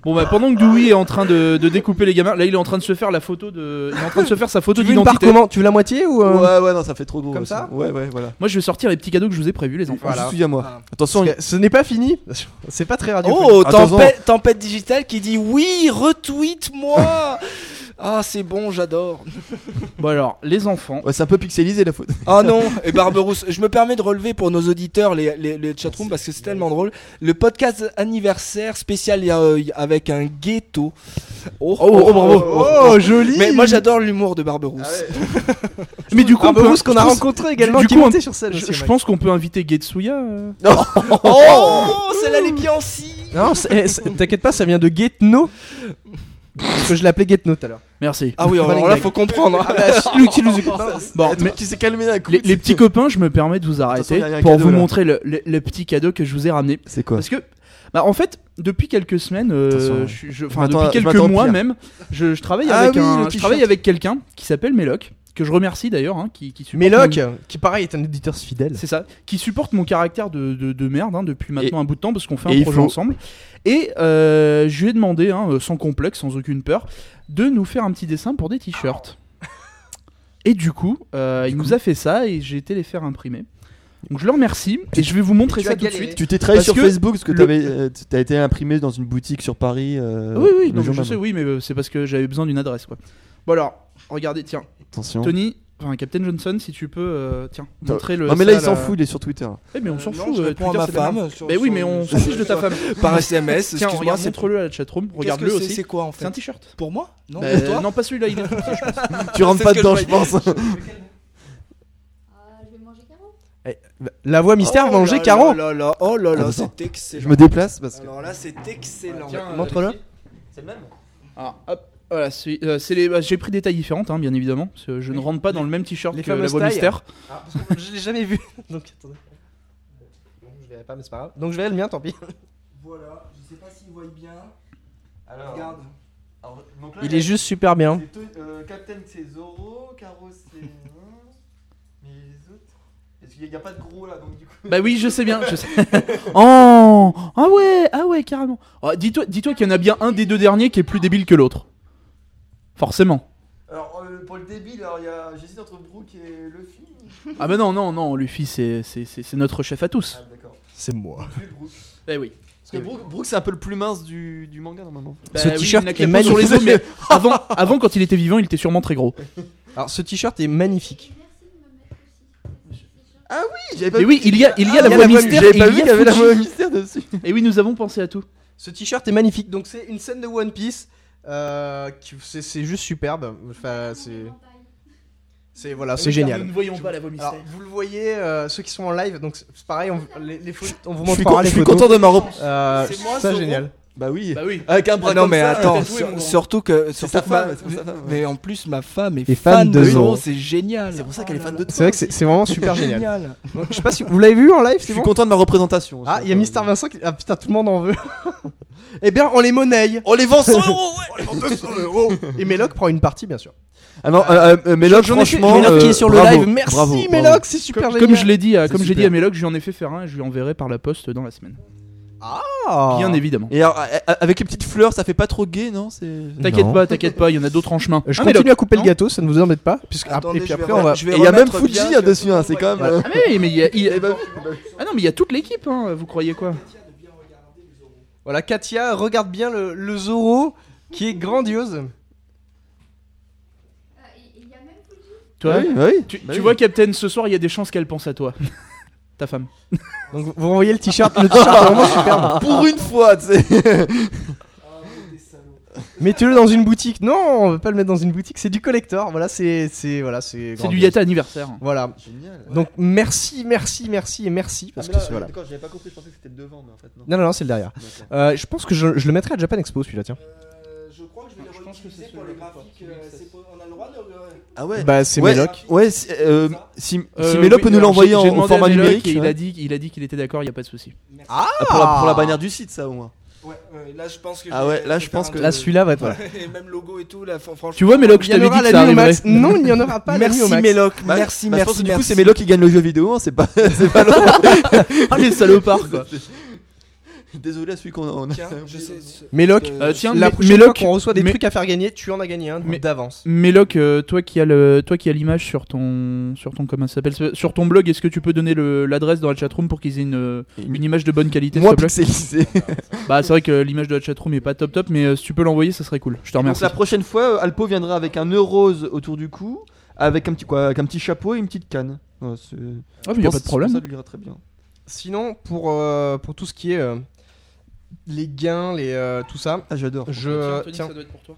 Bon bah pendant que Dewey est en train de, de découper les gamins, là il est en train de se faire la photo de, il est en train de se faire sa photo Tu veux une part d'identité. comment Tu veux la moitié ou euh, Ouais, ouais, non, ça fait trop gros. Comme aussi. ça Ouais, ouais, voilà. Moi je vais sortir les petits cadeaux que je vous ai prévus les enfants. Voilà. Juste, Souviens-moi. Attention, parce que Ce n'est pas fini. C'est pas très radio. Oh, Attention. tempête, tempête digitale qui dit oui, retweet-moi. ah, c'est bon, j'adore. Bon alors les enfants. Ouais, c'est un peu pixelisé la faute. Ah non, et Barberousse, je me permets de relever pour nos auditeurs les, les, les chatrooms parce que c'est tellement drôle. Le podcast anniversaire spécial il y a, euh, avec un ghetto. Oh, Oh, bravo. Oh, joli. Mais moi j'adore l'humour de Barberousse. Mais du coup on Ah, peut- Bruce qu'on a je pense- rencontré également du qui coup, montait sur scène. Je, aussi, je mec. pense qu'on peut inviter Getsuya. euh. Oh, celle-là elle est bien aussi. Non, c'est- c'est- t'inquiète pas, ça vient de Getno. Parce que je l'appelais Getno tout à l'heure. Merci. Ah oui, Faut pas alors les là gags. faut comprendre. hein. Nous qui nous écoutons. Bon mais qui s'est calmé d'un coup. les, les petits copains je me permets de vous façon, il arrêter y a un pour cadeau, vous là. montrer le, le- le petit cadeau que je vous ai ramené C'est quoi parce que bah en fait depuis quelques semaines euh, Attention. je suis- je- enfin Je m'attends depuis à- je quelques m'attends au mois pire. même je, je travaille Ah avec oui, un le je travaille t-shirt. avec quelqu'un qui s'appelle Méloc que je remercie d'ailleurs hein, qui qui supporte mon- Méloc, qui pareil est un auditeur fidèle. C'est ça, qui supporte mon caractère de, de- de merde hein, depuis maintenant un bout de temps parce qu'on fait et un il projet faut. ensemble. Et euh, je lui ai demandé, hein, euh, sans complexe, sans aucune peur, de nous faire un petit dessin pour des t-shirts. Ah. Et du coup, euh, il nous a fait ça et j'ai été les faire imprimer. Donc je le remercie et je vais vous montrer Tu ça as tout de galéré. suite. Tu t'es trahi Parce sur que Facebook parce que le- t'avais, euh, t- t'as été imprimé dans une boutique sur Paris. euh, oui, oui, le non, mais jour je même. sais, oui, mais euh, c'est parce que j'avais besoin d'une adresse. quoi. Bon alors, regardez, tiens, Attention. Tony, enfin Captain Johnson, si tu peux, euh, tiens, montrer le. Non, mais là, ça, il s'en fout, il est sur Twitter. Eh, mais on s'en Euh, non, fout, je euh, réponds à Twitter, ma c'est de la merde. femme sur- Bah oui, sur- mais on sur- s'en fiche de ta femme. par SMS. Tiens, excuse-moi, regarde, c'est- montre-le à la chatroom, Qu'est-ce que regarde-le c'est- aussi. C'est quoi en C'est un fait t-shirt. Pour moi Non, Bah, pour toi non, pas celui-là, il est trop petit, je pense. Tu rentres C'est pas ce que dedans, je je pense. Ah, je vais manger carreau. La voix mystère va Oh manger là Caro. là là, Oh là là, Attends, c'est Je excellent. me déplace parce que. Alors là, c'est excellent. Montre-le. Ah, hop. Voilà, c'est euh, c'est les- bah, j'ai pris des tailles différentes, hein, bien évidemment. parce que je ne rentre pas dans le même t-shirt les que la fameuses voix tailles. mystère. Ah, parce que je l'ai jamais vu. Donc attendez. Bon, je verrai pas, mais c'est pas grave. Donc je verrai le mien, tant pis. Voilà, je sais pas s'ils voient bien. Alors, Regarde. alors, Euh, donc là, Il est juste super hein. bien. c'est To- euh, Captain c'est Zoro, Caro c'est. hein, Mais les autres. Parce qu'il n'y a pas de gros là, donc du coup. Bah oui, je sais bien. Je sais. oh, ah ouais, ah ouais, carrément. Oh, Dis-toi dis qu'il y en a bien un des deux derniers qui est plus débile que l'autre. Forcément. Alors euh, pour le débile, alors il y a. J'hésite entre Brooke et Luffy. Ah bah non, non, non, Luffy, c'est c'est- c'est- c'est notre chef à tous. Ah d'accord. C'est moi. Tu es Brooke. Bah oui. Parce que Brooke, Brooke, c'est un peu le plus mince du, du manga normalement. Bah Ce oui, t-shirt il n'a que est la peau sur les os, mais magnifique. avant, avant, quand il était vivant, il était sûrement très gros. Alors ce t-shirt est magnifique. J'avais Mais oui, il y a, il y a Ah, la voix mystère. J'avais et pas il vu y a qu'il y avait la Fuji. voix mystère dessus. Et oui, nous avons pensé à tout. Ce t-shirt est magnifique. Donc c'est une scène de One Piece. euh, qui- c'est- c'est juste superbe. Enfin, c'est. C'est voilà, Ah, c'est génial. Nous ne voyons pas la voix Alors, mystère. vous le voyez, euh, ceux qui sont en live, donc c'est c'est pareil, on, les, les photos- on vous Je suis, montrera les photos. content de ma robe. Euh, C'est moi, ça Zoro. génial. Bah oui. Bah oui. Avec un bras Ah non comme mais ça, euh, attends, t'as tout et sur- mon grand. surtout que surtout sa que ma- femme, c'est pour sa femme, ouais. mais en plus ma femme est, Et fan fan de de Zoro, Zoro. c'est génial. Ah C'est pour ça qu'elle est fan de toi. C'est vrai que c'est c'est vraiment super génial. Donc, je sais pas si vous l'avez vu en live, Je c'est suis bon content de ma représentation. Ah, Ça, il y a euh, Mister Vincent qui. Ah putain, tout le monde en veut. eh bien, on les monnaie. On Oh, les vend 100 euros, ouais Ah, Et Meloc prend une partie, bien sûr. Ah non, euh, euh, Méloc, J'en ai fait- franchement. Méloc qui euh, est sur bravo, le live. Merci bravo, bravo. Méloc, c'est super Comme, génial. comme je l'ai dit, à- C'est comme j'ai super. dit à Méloc, je lui en ai fait faire un et je lui enverrai par la poste dans la semaine. Ah. Bien évidemment. Et alors, euh, avec les petites fleurs, ça fait pas trop gay, non C'est. T'inquiète Non. pas, t'inquiète pas, il y en a d'autres en chemin. Je Ah, Hein, continue Méloc à couper le Non gâteau, ça ne vous embête pas. Puisque, et puis après, on va. Et il y a même Fuji hein, dessus, hein, c'est quand même. euh, Ah mais, mais il y a, il y a- eh ben, ah non mais il y a toute l'équipe, hein, vous croyez quoi Voilà, Katia, regarde bien le, le Zoro qui est grandiose. Euh, Il y a même Fuji. Toi, oui, oui. tu, Bah oui. tu vois Captain, ce soir il y a des chances qu'elle pense à toi, ta femme. Donc, vous voyez le t-shirt, le t-shirt est vraiment superbe. Pour une fois, tu sais. Ah, Mettez-le dans une boutique. Non, on veut pas le mettre dans une boutique, c'est du collector. Voilà, c'est. C'est voilà, c'est C'est du grandiose. Yata anniversaire. Voilà. Génial. Donc, merci, merci, merci et merci. Ah, Parce que c'est- voilà. D'accord, j'avais pas compris, je pensais que c'était devant, mais en fait, Non, non, non, c'est le derrière. Euh, je pense que je, je le mettrai à Japan Expo celui-là, tiens. Euh, Je crois que je vais le Je pense que c'est reutiliser pour celui-là, les graphiques, euh, c'est c'est- On a le droit de Ah ouais Bah, c'est ouais, Meloc. Ouais, si, euh, si, si Euh, Méloc oui, peut nous alors, l'envoyer j'ai- j'ai en, demandé à format Méloc numérique. et il ouais. a dit, il a dit qu'il était d'accord, il y a pas de souci. Ah, pour, la, pour la bannière du site, ça, au moins. là je pense que Ah ouais, là, je pense que- Là, celui-là va être. Voilà. Et même logo et tout là fran- franchement. Tu vois Méloc, Il je y en t'avais dit aura que la ça nuit au arriverait. max. Non, il n'y en aura pas la nuit au Merci max. Méloc, Bah, merci bah, je pense merci que du coup, merci. c'est Méloc qui gagne le jeu vidéo, hein, c'est pas. c'est pas Ah les salopards quoi. Désolé à celui qu'on on a. Tiens, je sais ce- Méloc, euh, Euh, tiens, la Mé- prochaine Méloc, fois qu'on reçoit des Mé- trucs à faire gagner, tu en as gagné un Mais- d'avance. Méloc, euh, toi qui as le, toi qui as l'image sur ton, sur ton comment ça s'appelle, sur ton blog, est-ce que tu peux donner le- l'adresse dans la chatroom pour qu'ils aient une, une image de bonne qualité Moi, s'il te plaît pixelisé. Bah c'est vrai que l'image de la chatroom est pas top top, mais euh, si tu peux l'envoyer, ça serait cool. Je te Donc remercie. la prochaine fois, euh, Alpo viendra avec un neurose autour du cou, avec un petit quoi, avec un petit chapeau et une petite canne. Ouais, c'est- Ah, je mais y a pense pas que de problème. Ça lui ira très bien. Sinon, pour, euh, pour tout ce qui est euh, les gains, les, euh, tout ça, Ah, j'adore. je. Tiens, doit être pour toi.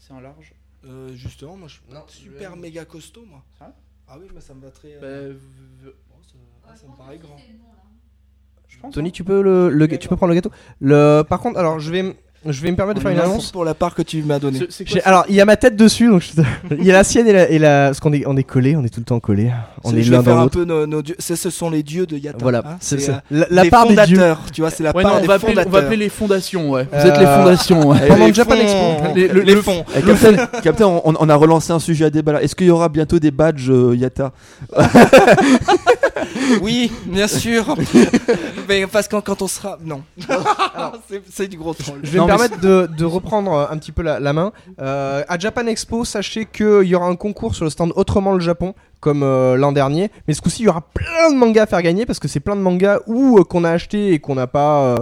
C'est un large. Euh, justement, moi je suis Non, super je- méga costaud moi. Ah. Ah oui, mais ça me va très euh, Bah, bon, ça- ah, ça me paraît grand. je pense. Tony, tu peux, le, le- tu peux prendre le gâteau. Le, par contre, alors je vais, m- je vais me permettre de faire une Merci annonce. pour la part que tu m'as donnée. J'ai- Alors, il y a ma tête dessus, donc je- il y a la sienne et la. Et la parce qu'on est, on est collés, on est tout le temps collés. On C'est- est je vais l'un faire dans un l'autre. peu nos, nos dieux. c'est- Ce sont les dieux de Yata. Voilà, hein. c'est C'est, c'est- euh, la, la des part des dieux. fondateurs, tu vois, c'est la Ouais, non, part on, des va appeler, on va fondateurs. appeler les fondations, ouais. Vous Euh, êtes les fondations, ouais. Pendant les le Japan fonds. Expo. Les- le- le- fonds. Eh, Captain, Captain, on, on a relancé un sujet à débat là. Est-ce qu'il y aura bientôt des badges euh, Yata Oui, bien sûr. mais parce que quand on sera. Non. C'est- c'est du gros troll. Je vais Non, me mais permettre de, de reprendre euh, un petit peu la, la main. Euh, à Japan Expo, sachez qu'il y aura un concours sur le stand Autrement le Japon, comme euh, l'an dernier. Mais ce coup-ci, il y aura plein de mangas à faire gagner, parce que c'est plein de mangas ou euh, qu'on a acheté et qu'on n'a pas euh,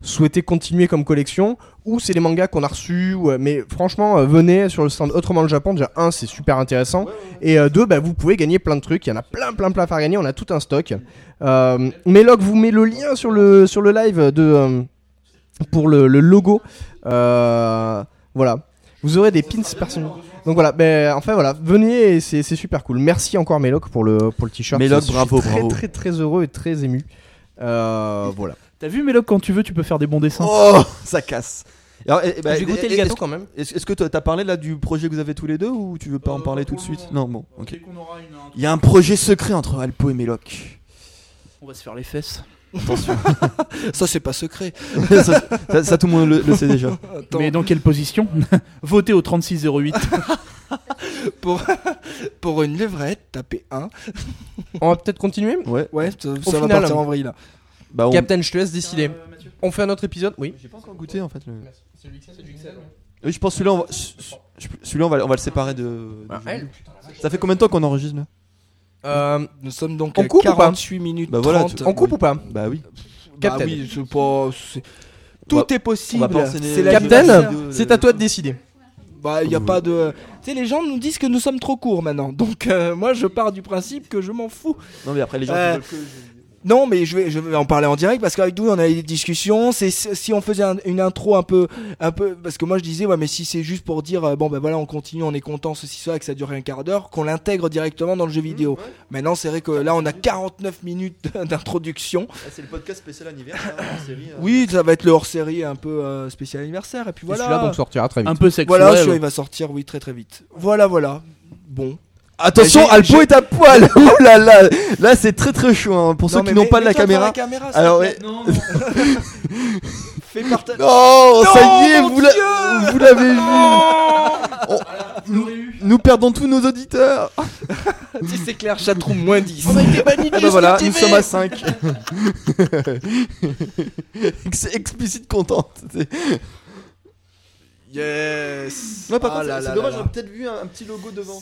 souhaité continuer comme collection, ou c'est les mangas qu'on a reçus. ou, euh, mais franchement, euh, venez sur le stand Autrement le Japon. Déjà, un, c'est super intéressant. Et euh, deux, bah, vous pouvez gagner plein de trucs. Il y en a plein, plein, plein à faire gagner. On a tout un stock. Euh, Meloc vous met le lien sur le, sur le live de, euh, pour le, le logo. Euh, voilà. Vous aurez des pins personnels. Donc voilà, ben, enfin voilà, venez, et c'est c'est super cool. Merci encore Meloc pour le, pour le t-shirt. Meloc, Je suis bravo, très, bravo. Très, très, heureux et très ému. Euh, voilà. T'as vu, Méloc, quand tu veux, tu peux faire des bons dessins. Oh, ça casse. Alors, eh, eh ben, J'ai goûté eh, le eh, gâteau quand même. Est-ce est-ce que t'as t'as parlé là du projet que vous avez tous les deux ou tu veux pas en Euh, parler tout pour de le suite Non, bon, ok. qu'on aura une. Il y a un projet secret entre Alpo et Méloc. On va se faire les fesses. Attention, Ça, c'est pas secret. ça, ça- ça, tout le monde le, le sait déjà. Attends, Mais dans quelle position Votez au 3608. pour, pour une levrette, tapez 1. On va peut-être continuer. Ouais, Ouais, ça, ça va final, partir en vrille là. bah on. Captain, je te laisse décider. On fait un autre épisode Oui. J'ai pas encore goûté en fait. Le... Oui, je pense celui-là, on va, ce- ce- celui-là on, va, on va le séparer de. de Julien. Ça fait combien de temps qu'on enregistre là Euh, Nous sommes donc On à coupe ou pas 48 minutes. Bah voilà, 30. tu- on coupe ou pas Bah oui. Bah Captain. oui, c'est pas. c'est- Tout va- on est va Bah, possible. pas enseigner C'est la les- liberté. les- Captain, vidéo, c'est le- à toi de décider. Bah, il y a pas de. Tu sais, les gens nous disent que nous sommes trop courts maintenant. Donc, euh, moi, je pars du principe que je m'en fous. Non, mais après les gens. Euh, qui veulent Non, mais je vais, je vais en parler en direct parce qu'avec Doudou, on a eu des discussions. C'est si on faisait un- une intro un peu, un peu, parce que moi je disais, ouais, mais si c'est juste pour dire, euh, bon, ben voilà, on continue, on est content, ceci, ça, que ça dure un quart d'heure, qu'on l'intègre directement dans le jeu vidéo. Maintenant, c'est vrai que là, on a 49 minutes d'introduction. que- Ah, C'est le podcast spécial anniversaire. en série, hein. Oui, ça va être le hors série un peu euh, spécial anniversaire. Et puis Et Celui-là voilà. donc sortira très vite. Un peu sexuel. Voilà, celui-là, il va sortir, oui, très très vite. Voilà, voilà. Bon. Attention, Mais j'ai- Alpo j'ai- est à poil. Ouh Oh là là, là c'est très très chaud hein. pour Non, ceux qui mais n'ont mets- pas de la mets-toi devant caméra. s'il Alors te ouais. plaît. Fais parta- Non, Oh, ça Non, y est, mon vous la- Dieu vous l'avez vu. On- Nous perdons tous nos auditeurs. Si c'est clair, chatroom moins 10. Eh ben Ah bah voilà, nous sommes à 5. explicite contente. Yes. Ouais, par Ah contre, là c'est- là c'est dommage, là j'aurais peut-être vu un, un petit logo devant.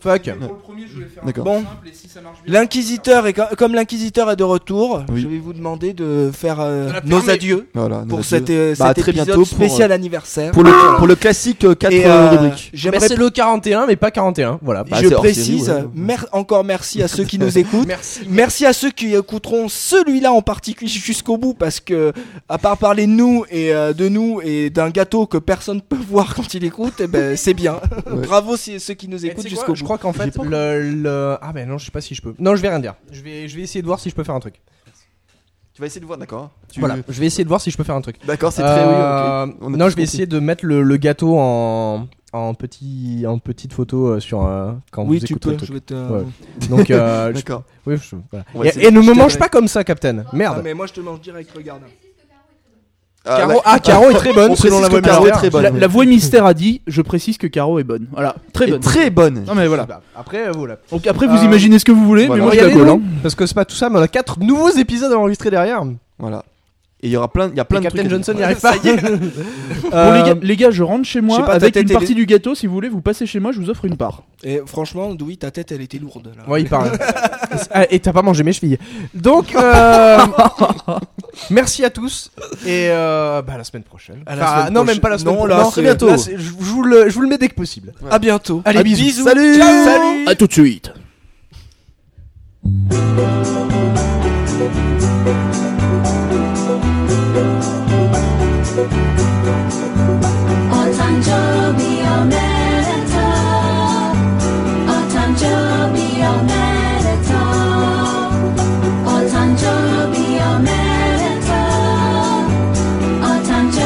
Fuck. Pour le premier, je voulais faire D'accord. Bon. simple et si ça marche bien. L'inquisiteur est co- comme l'inquisiteur est de retour, Oui. je vais vous demander de faire euh, la fermer. nos adieux Voilà, nous pour adieu. cet, euh, Bah, à cet très épisode bientôt pour, spécial anniversaire. pour le, pour le classique 4 Et, euh, rubriques. Mais J'aimerais c'est le 41, mais pas 41. Voilà. Bah, je c'est hors précise série, ouais. mer- encore merci à ceux qui nous écoutent. Merci. Merci à ceux qui écouteront celui-là en particulier jusqu'au bout parce que à part parler de nous et euh, de nous et d'un gâteau que personne peut voir quand il écoute, eh ben, c'est bien. Ouais. Bravo si- ceux qui nous Et tu écoutent sais quoi, jusqu'au je bout. crois qu'en fait le, le- ah ben non je sais pas si je peux non je vais rien dire je vais je vais essayer de voir si je peux faire un truc Tu vas essayer de voir, d'accord. Tu- voilà je vais essayer de voir si je peux faire un truc D'accord, c'est très. oui, Euh, ok. On non je a tous vais compris. essayer de mettre le, le gâteau en en petit en petite photo euh, sur euh, quand Oui, vous tu écouterez le peux. truc. je vais te- Ouais. donc euh, je- D'accord. oui, je- voilà. On va et, essayer et ne me Je mange te- pas comme ça Captain Ah, merde mais moi je te mange direct, regarde. Ah, Caro, ouais. ah, Caro est très bonne On selon précise la voix que Caro est mystère. très bonne. La, oui. la voix mystère a dit Je précise que Caro est bonne. Voilà, Mmh. très Et bonne. très bonne. Non mais voilà. après euh, voilà Donc après, vous Euh, imaginez ce que vous voulez, voilà. mais moi je la Regardez, colle. non, hein. parce que c'est pas tout ça mais on a quatre nouveaux épisodes à enregistrer derrière Voilà. Et il y aura plein, il y a plein Et de Captain trucs. à dire. Johnson n'y arrive pas Bon, les, Euh, gars, les gars, je rentre chez je sais moi pas, avec t'as une été- partie du gâteau. Si vous voulez, vous passez chez moi, je vous offre une part. Et franchement, Doui, ta tête, elle était lourde. Là. Ouais, il parle. Ah, et t'as pas mangé mes chevilles. Donc, euh, merci à tous. Et euh, bah, à la semaine prochaine. À la Enfin, semaine non, prochaine. même pas la semaine Non, prochaine. là, très c'est- bientôt. là, je, vous le, je vous le mets dès que possible. À bientôt. Allez, À bisous. bisous. Salut. Ciao. Salut. À tout de suite. 「お誕生日おめでとう」「お誕生日おめでとう」「お誕生日おめでとう」「お誕生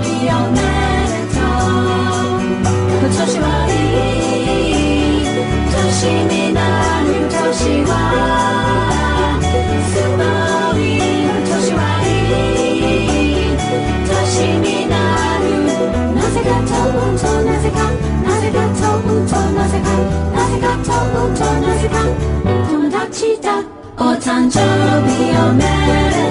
日おめでとう」「今年はいい年になる年は」「すごい年はいい」年になるなぜかと思うとなぜかなぜかと思うとなぜかなぜかと思うとなぜか友達だお誕生日おめで